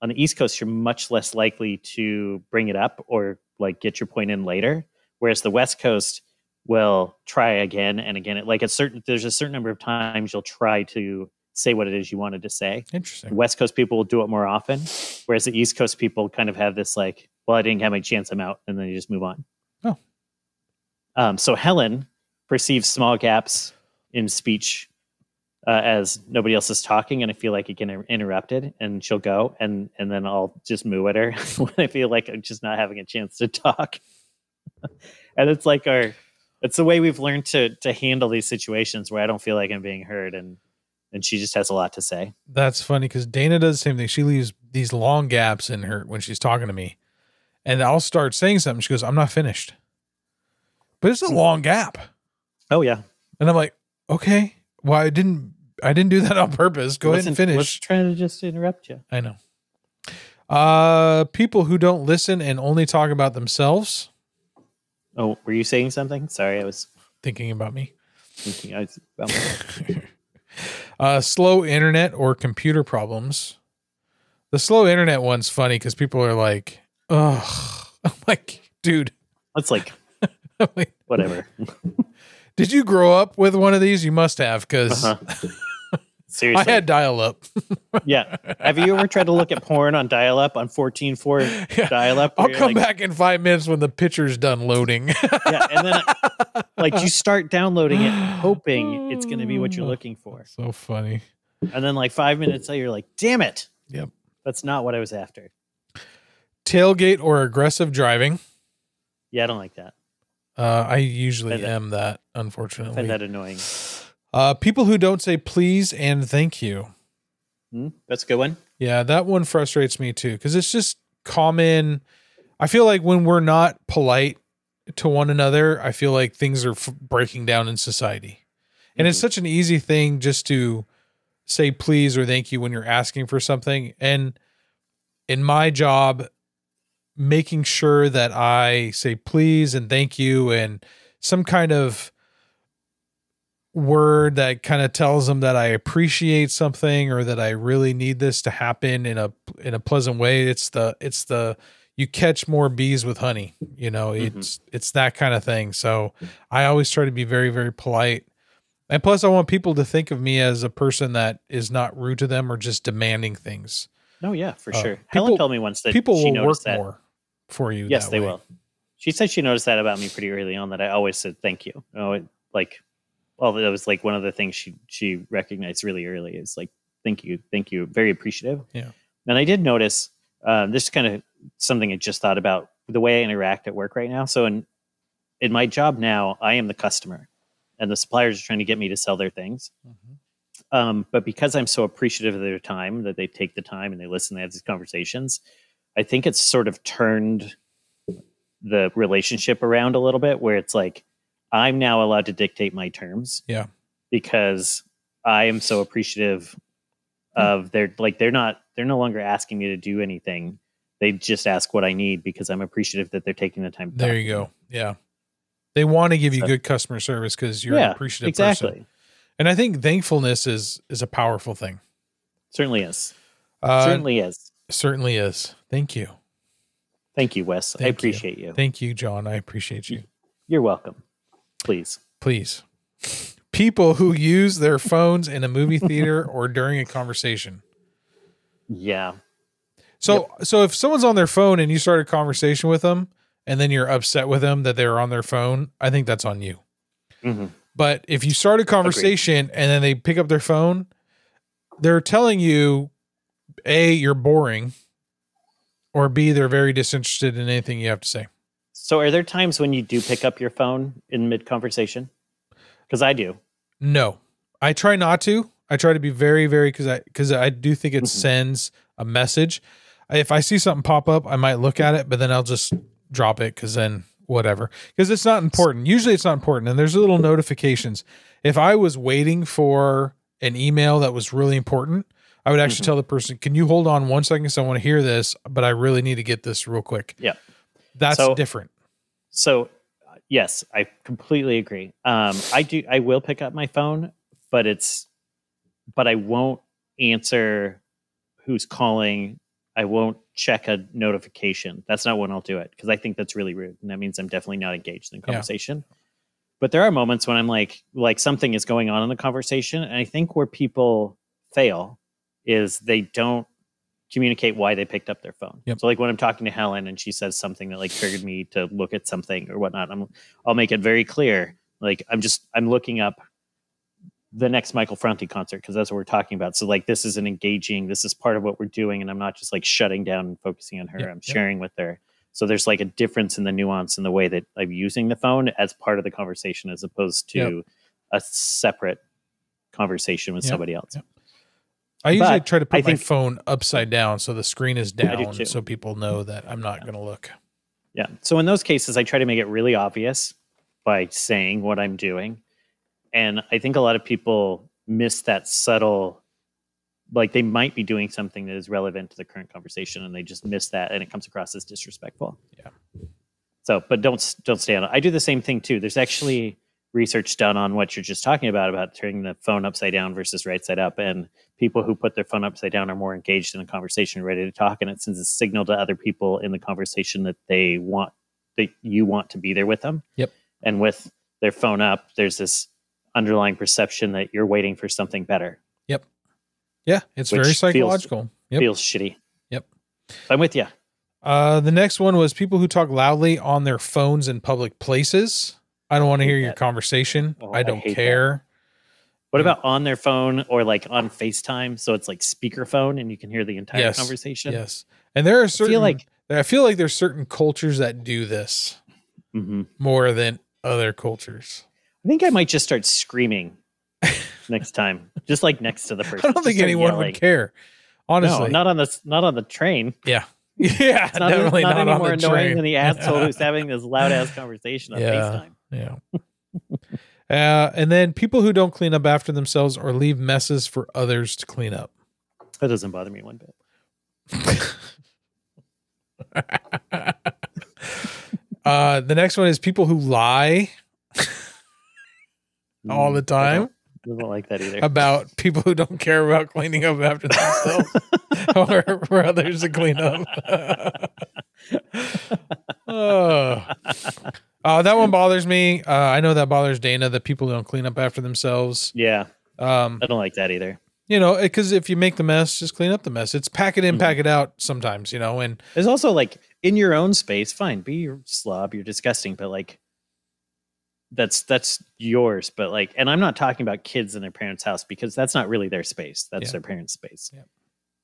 B: on the East Coast, you're much less likely to bring it up or like get your point in later. Whereas the West Coast will try again and again. It like a certain there's a certain number of times you'll try to say what it is you wanted to say.
A: Interesting.
B: West Coast people will do it more often, whereas the East Coast people kind of have this like, "Well, I didn't have my chance. I'm out," and then you just move on.
A: Oh.
B: Um, so Helen perceives small gaps in speech uh, as nobody else is talking, and I feel like it can inter- interrupted, and she'll go, and and then I'll just moo at her when I feel like I'm just not having a chance to talk. and it's like our, it's the way we've learned to to handle these situations where I don't feel like I'm being heard, and and she just has a lot to say.
A: That's funny because Dana does the same thing. She leaves these long gaps in her when she's talking to me, and I'll start saying something. She goes, "I'm not finished," but it's a long gap,
B: Oh yeah.
A: and I'm like, "Okay, well, I didn't, I didn't do that on purpose. Go ahead and
B: Wasn't- Was
A: finish."
B: trying to just interrupt you.
A: I know. Uh, people who don't listen and only talk about themselves,
B: Oh, were you saying something? Sorry, I was
A: thinking about me.
B: thinking. I was, um,
A: Uh, slow internet or computer problems. The slow internet one's funny because people are like, "Ugh," I'm like, "Dude."
B: that's like
A: I'm like,
B: whatever.
A: Did you grow up with one of these? You must have, because
B: Uh-huh.
A: I
B: Seriously,
A: had dial up.
B: yeah. Have you ever tried to look at porn on dial-up on fourteen four dial-up?
A: I'll
B: where you're
A: come
B: like-
A: back in five minutes when the picture's done loading.
B: Yeah, and then like you start downloading it, hoping it's going to be
A: Oh.
B: what you're looking for,
A: so funny.
B: and then like five minutes later, you're like, "Damn it!"
A: Yep.
B: That's not what I was after.
A: Tailgate or aggressive driving.
B: Yeah, I don't like that.
A: Uh, I usually
B: Find that-
A: am that,
B: I find
A: unfortunately.
B: that annoying.
A: Uh, people who don't say please and thank you.
B: Hmm? That's a good one.
A: Yeah, that one frustrates me too because it's just common. I feel like when we're not polite to one another, I feel like things are f- breaking down in society. And it's
B: Mhm.
A: such an easy thing just to say please or thank you when you're asking for something. And in my job, making sure that I say please and thank you and some kind of word that kind of tells them that I appreciate something or that I really need this to happen in a in a pleasant way. It's the it's the you catch more bees with honey. You know,
B: Mhm.
A: it's it's that kind of thing. So I always try to be very very polite. And plus I want people to think of me as a person that is not rude to them or just demanding things.
B: No, Oh, yeah, for
A: Uh,
B: sure.
A: people-
B: Helen told me once that
A: people
B: she
A: will work
B: noticed that
A: more for you.
B: Yes,
A: that
B: they
A: way.
B: will. She said she noticed that about me pretty early on that I always said thank you. Oh, it, like, well, that was like one of the things she she recognized really early is like thank you, thank you, very appreciative.
A: Yeah.
B: And I did notice uh, this is kind of something I just thought about the way I interact at work right now. So in in my job now, I am the customer, and the suppliers are trying to get me to sell their things.
A: Mhm.
B: Um, but because I'm so appreciative of their time that they take the time and they listen, they have these conversations. I think it's sort of turned the relationship around a little bit where it's like, I'm now allowed to dictate my terms.
A: Yeah.
B: Because I am so appreciative
A: Hmm.
B: of their, like, they're not, they're no longer asking me to do anything. They just ask what I need because I'm appreciative that they're taking the time. to
A: There
B: talk
A: you
B: to me.
A: go. Yeah. They want to give you
B: So-
A: good customer service because you're
B: Yeah,
A: an appreciative
B: Exactly.
A: person. And I think thankfulness is is a powerful thing.
B: Certainly is.
A: Uh, certainly.
B: Certainly is.
A: is. Thank you.
B: Thank you, Wes.
A: Thank
B: I
A: you.
B: appreciate you.
A: Thank you, John. I appreciate you.
B: You're welcome. Please.
A: Please. People who use their phones in a movie theater or during a conversation.
B: Yeah.
A: So so if someone's on their phone and you start a conversation with them and then you're upset with them that they're on their phone, I think that's on you.
B: Mhm.
A: But if you start a conversation and then they pick up their phone, they're telling you, A, you're boring, or B, they're very disinterested in anything you have to say.
B: So, are there times when you do pick up your phone in mid conversation? Because I do.
A: No, I try not to. I try to be very, very because I because I do think it
B: Mhm.
A: sends a message. I- If I see something pop up, I might look at it, but then I'll just drop it because then whatever. Because it's not important. Usually, it's not important. And there's little notifications. If I was waiting for an email that was really important, I would actually
B: Mhm.
A: tell the person, "Can you hold on one second? Because I want to hear this, but I really need to get this real quick."
B: Yeah.
A: that's
B: So-
A: different.
B: So, uh, yes, I completely agree. Um, I do. I will pick up my phone, but it's, but I won't answer who's calling. I won't check a notification. That's not when I'll do it because I think that's really rude, and that means I'm definitely not engaged in the
A: Yeah.
B: conversation. But there are moments when I'm like, like something is going on in the conversation, and I think where people fail is they don't communicate why they picked up their phone.
A: Yep.
B: So like when I'm talking to Helen and she says something that like triggered me to look at something or whatnot, I'm I'll make it very clear. Like I'm just I'm looking up the next Michael Fronte concert because that's what we're talking about. So like this is an engaging, this is part of what we're doing, and I'm not just like shutting down and focusing on her.
A: Yep,
B: I'm
A: yep.
B: sharing with her. So there's like a difference in the nuance in the way that I'm using the phone as part of the conversation as opposed to a separate conversation with
A: Yep,
B: somebody else.
A: yep. I usually
B: But
A: try to put
B: I
A: my
B: think-
A: phone upside down so the screen is
B: I do
A: down
B: too.
A: so people know that I'm not going to look.
B: Yeah. So in those cases, I try to make it really obvious by saying what I'm doing. And I think a lot of people miss that subtle, like they might be doing something that is relevant to the current conversation and they just miss that and it comes across as disrespectful.
A: Yeah.
B: So, but don't don't stay on it. I do the same thing too. There's actually research done on what you're just talking about about turning the phone upside down versus right side up and people who put their phone upside down are more engaged in the conversation, ready to talk, and it sends a signal to other people in the conversation that they want that you want to be there with them.
A: Yep.
B: And with their phone up, there's this underlying perception that you're waiting for something better.
A: Yeah, it's
B: Which
A: very
B: feels-
A: psychological. Yep.
B: Feels shitty.
A: Yep.
B: So I'm with you.
A: Uh, the next one was people who talk loudly on their phones in public places. I don't want to
B: Hate
A: hear your
B: that.
A: conversation.
B: Oh,
A: I
B: I
A: don't
B: hate that.
A: care.
B: What
A: Yeah.
B: about on their phone or like on FaceTime? So it's like speakerphone and you can hear the entire
A: Yes.
B: conversation.
A: Yes, and there are certain. I feel like
B: like-
A: I feel like there's certain cultures that do this
B: Mhm.
A: more than other cultures.
B: I think I might just start screaming next time, just like next to the person.
A: I don't
B: Just
A: think
B: start
A: anyone
B: yelling.
A: would care. Honestly,
B: No, not on the not on the train.
A: yeah,
B: It's not,
A: definitely
B: it's not,
A: not,
B: any
A: on
B: more
A: the
B: annoying
A: train.
B: than the asshole who's having this loud ass conversation on
A: Yeah.
B: FaceTime.
A: Yeah. uh, and then people who don't clean up after themselves or leave messes for others to clean up.
B: That doesn't bother me one bit.
A: Uh, the next one is people who lie all
B: Mm,
A: the
B: I
A: time
B: don't, I don't like that either.
A: about people who don't care about cleaning up after themselves or for others to clean up. oh. Uh, that one bothers me. Uh, I know that bothers Dana that people don't clean up after themselves.
B: yeah,
A: Um,
B: I don't like that either.
A: you know, because if you make the mess, just clean up the mess. It's pack it in,
B: Mhm.
A: pack it out sometimes, you know, and
B: There's also like in your own space, fine, be your slob, you're disgusting, but like that's that's yours. But like, and I'm not talking about kids in their parents' house because that's not really their space. That's
A: Yeah.
B: their parents' space.
A: Yep.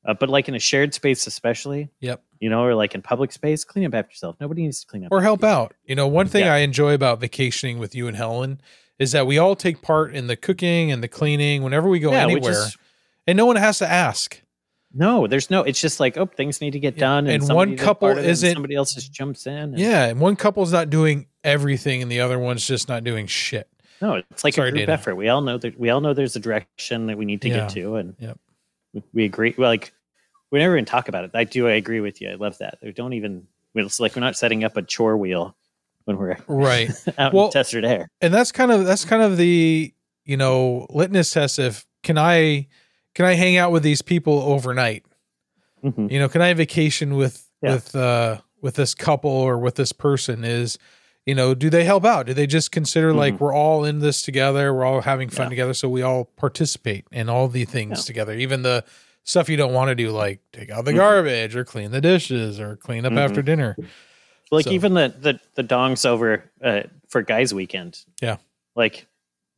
B: Uh, but like in a shared space, especially,
A: Yep.
B: you know, or like in public space, clean up after yourself. Nobody needs to clean up
A: or
B: after
A: help
B: you.
A: out. You know, one thing
B: Yeah.
A: I enjoy about vacationing with you and Helen is that we all take part in the cooking and the cleaning whenever we go
B: Yeah, which
A: anywhere,
B: is-
A: and no one has to ask.
B: No, there's no. It's just like, oh, things need to get
A: Yeah,
B: done,
A: and one
B: somebody did
A: couple
B: part of it and
A: isn't-
B: Somebody else just jumps in. and-
A: Yeah, and one couple's not doing everything, and the other one's just not doing shit.
B: no, it's like
A: Sorry,
B: a group
A: Dana.
B: effort. We all know that. We all know there's a direction that we need to
A: Yeah.
B: get to, and
A: Yep.
B: we- we agree. Well, like we never even talk about it. I do. I agree with you. I love that. We don't even. It's like we're not setting up a chore wheel when we're
A: Right,
B: out
A: Well-
B: in Tester Air.
A: and that's kind of that's kind of the you know litmus test if can I can I hang out with these people overnight.
B: Mhm.
A: you know can i vacation with
B: Yeah.
A: with uh with this couple or with this person is you know do they help out do they just consider like
B: Mhm.
A: we're all in this together we're all having fun
B: Yeah.
A: together so we all participate in all the things
B: Yeah.
A: together even the stuff you don't want to do like take out the
B: Mhm.
A: garbage or clean the dishes or clean up
B: Mhm.
A: after dinner
B: Like
A: So-
B: even the the the dongs over uh, for guys weekend.
A: Yeah.
B: Like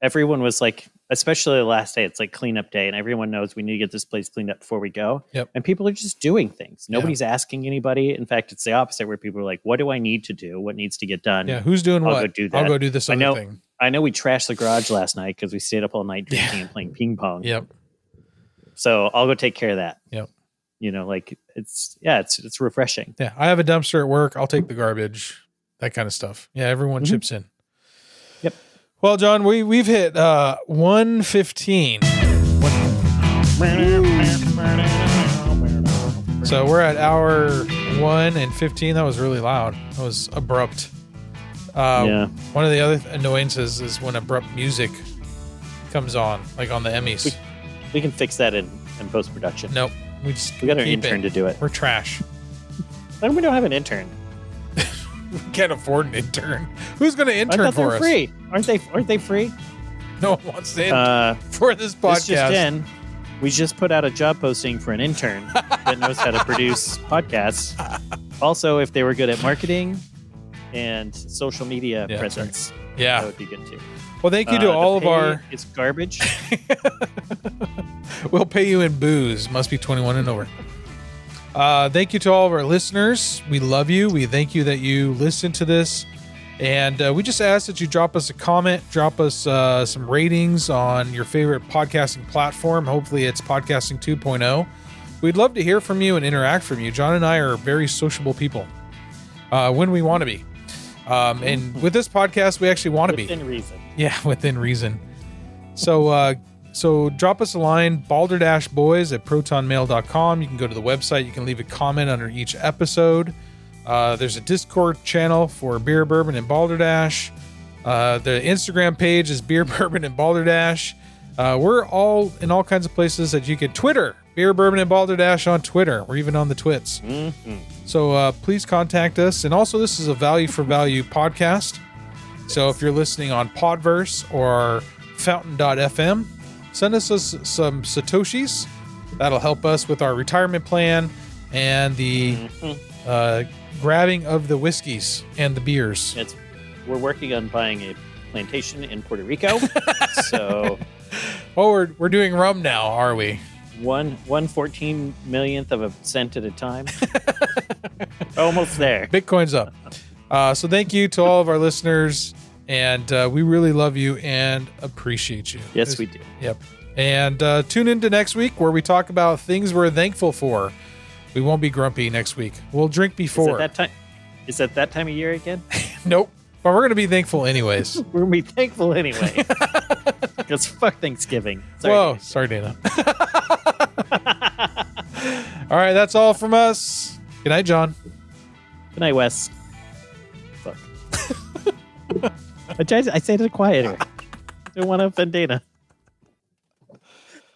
B: everyone was like, especially the last day, it's like cleanup day, and everyone knows we need to get this place cleaned up before we go.
A: Yep.
B: And people are just doing things.
A: Yeah.
B: Nobody's asking anybody. In fact, it's the opposite where people are like, what do I need to do? What needs to get done?
A: Yeah, who's doing
B: I'll
A: what?
B: go do
A: I'll
B: that.
A: go do this
B: I
A: other
B: know-
A: thing.
B: I know we trashed the garage last night because we stayed up all night
A: Yeah.
B: drinking and playing ping pong.
A: Yep.
B: So I'll go take care of that.
A: Yep.
B: You know, like it's yeah, it's it's refreshing.
A: Yeah, I have a dumpster at work. I'll take the garbage, that kind of stuff. Yeah, everyone
B: Mhm.
A: chips in.
B: Yep.
A: Well, John, we we've hit uh 115. So we're at hour one and 15. That was really loud. That was abrupt. Uh,
B: yeah.
A: One of the other annoyances is when abrupt music comes on, like on the Emmys.
B: We can fix that in, in post production.
A: nope. We just
B: We got our
A: keep
B: intern
A: it.
B: to do it.
A: We're trash.
B: Why do we don't have an intern?
A: We can't afford an intern. Who's going to
B: I
A: intern
B: thought
A: for
B: they're
A: us?
B: free. Aren't they aren't they free?
A: No one wants to intern
B: Uh
A: for this
B: this just
A: podcast.
B: in. We just put out a job posting for an intern that knows how to produce podcasts. Also, if they were good at marketing and social media
A: Yeah, that's
B: presence, that
A: Yeah.
B: would be good too.
A: Well, thank you to
B: Uh, the
A: all of
B: pay
A: our.
B: is garbage.
A: We'll pay you in booze. Must be 21 and over. Uh, thank you to all of our listeners. We love you. We thank you that you listen to this. And uh, we just ask that you drop us a comment, drop us uh, some ratings on your favorite podcasting platform. Hopefully, it's Podcasting 2.0. We'd love to hear from you and interact from you. John and I are very sociable people uh, when we want to be. Um, and with this podcast, we actually want to be.
B: Within reason.
A: Yeah, within reason. So uh so drop us a line, balderdashboys at protonmail.com. You can go to the website, you can leave a comment under each episode. Uh, there's a Discord channel for Beer Bourbon and Balderdash. Uh, the Instagram page is Beer Bourbon and Balderdash. Uh, we're all in all kinds of places that you can Twitter, Beer Bourbon and Balderdash on Twitter. We're even on the Twits. So uh, please contact us. And also, this is a value for value podcast. So if you're listening on Podverse or Fountain.fm, send us s- some Satoshis. That'll help us with our retirement plan and the
B: Mm-hmm.
A: uh, grabbing of the whiskeys and the beers.
B: It's we're working on buying a plantation in Puerto Rico. so
A: Oh, we're, we're doing rum now, are we?
B: one one fourteen millionth of a cent at a time. Almost there.
A: Bitcoin's up. Uh, so thank you to all of our listeners. And uh, we really love you and appreciate you.
B: Yes, we do.
A: Yep. And uh, tune into next week where we talk about things we're thankful for. We won't be grumpy next week. We'll drink
B: Is it
A: before.
B: that time? Is it that time of year again?
A: nope. But we're going to be thankful anyways.
B: We're gonna be thankful anyway. Because fuck Thanksgiving. Sorry,
A: Whoa.
B: guys.
A: Sorry, Dana. all right. That's all from us. Good night, John.
B: Good night, Wes. Fuck. I tried- I said it quieter. Don't want to offend Dana.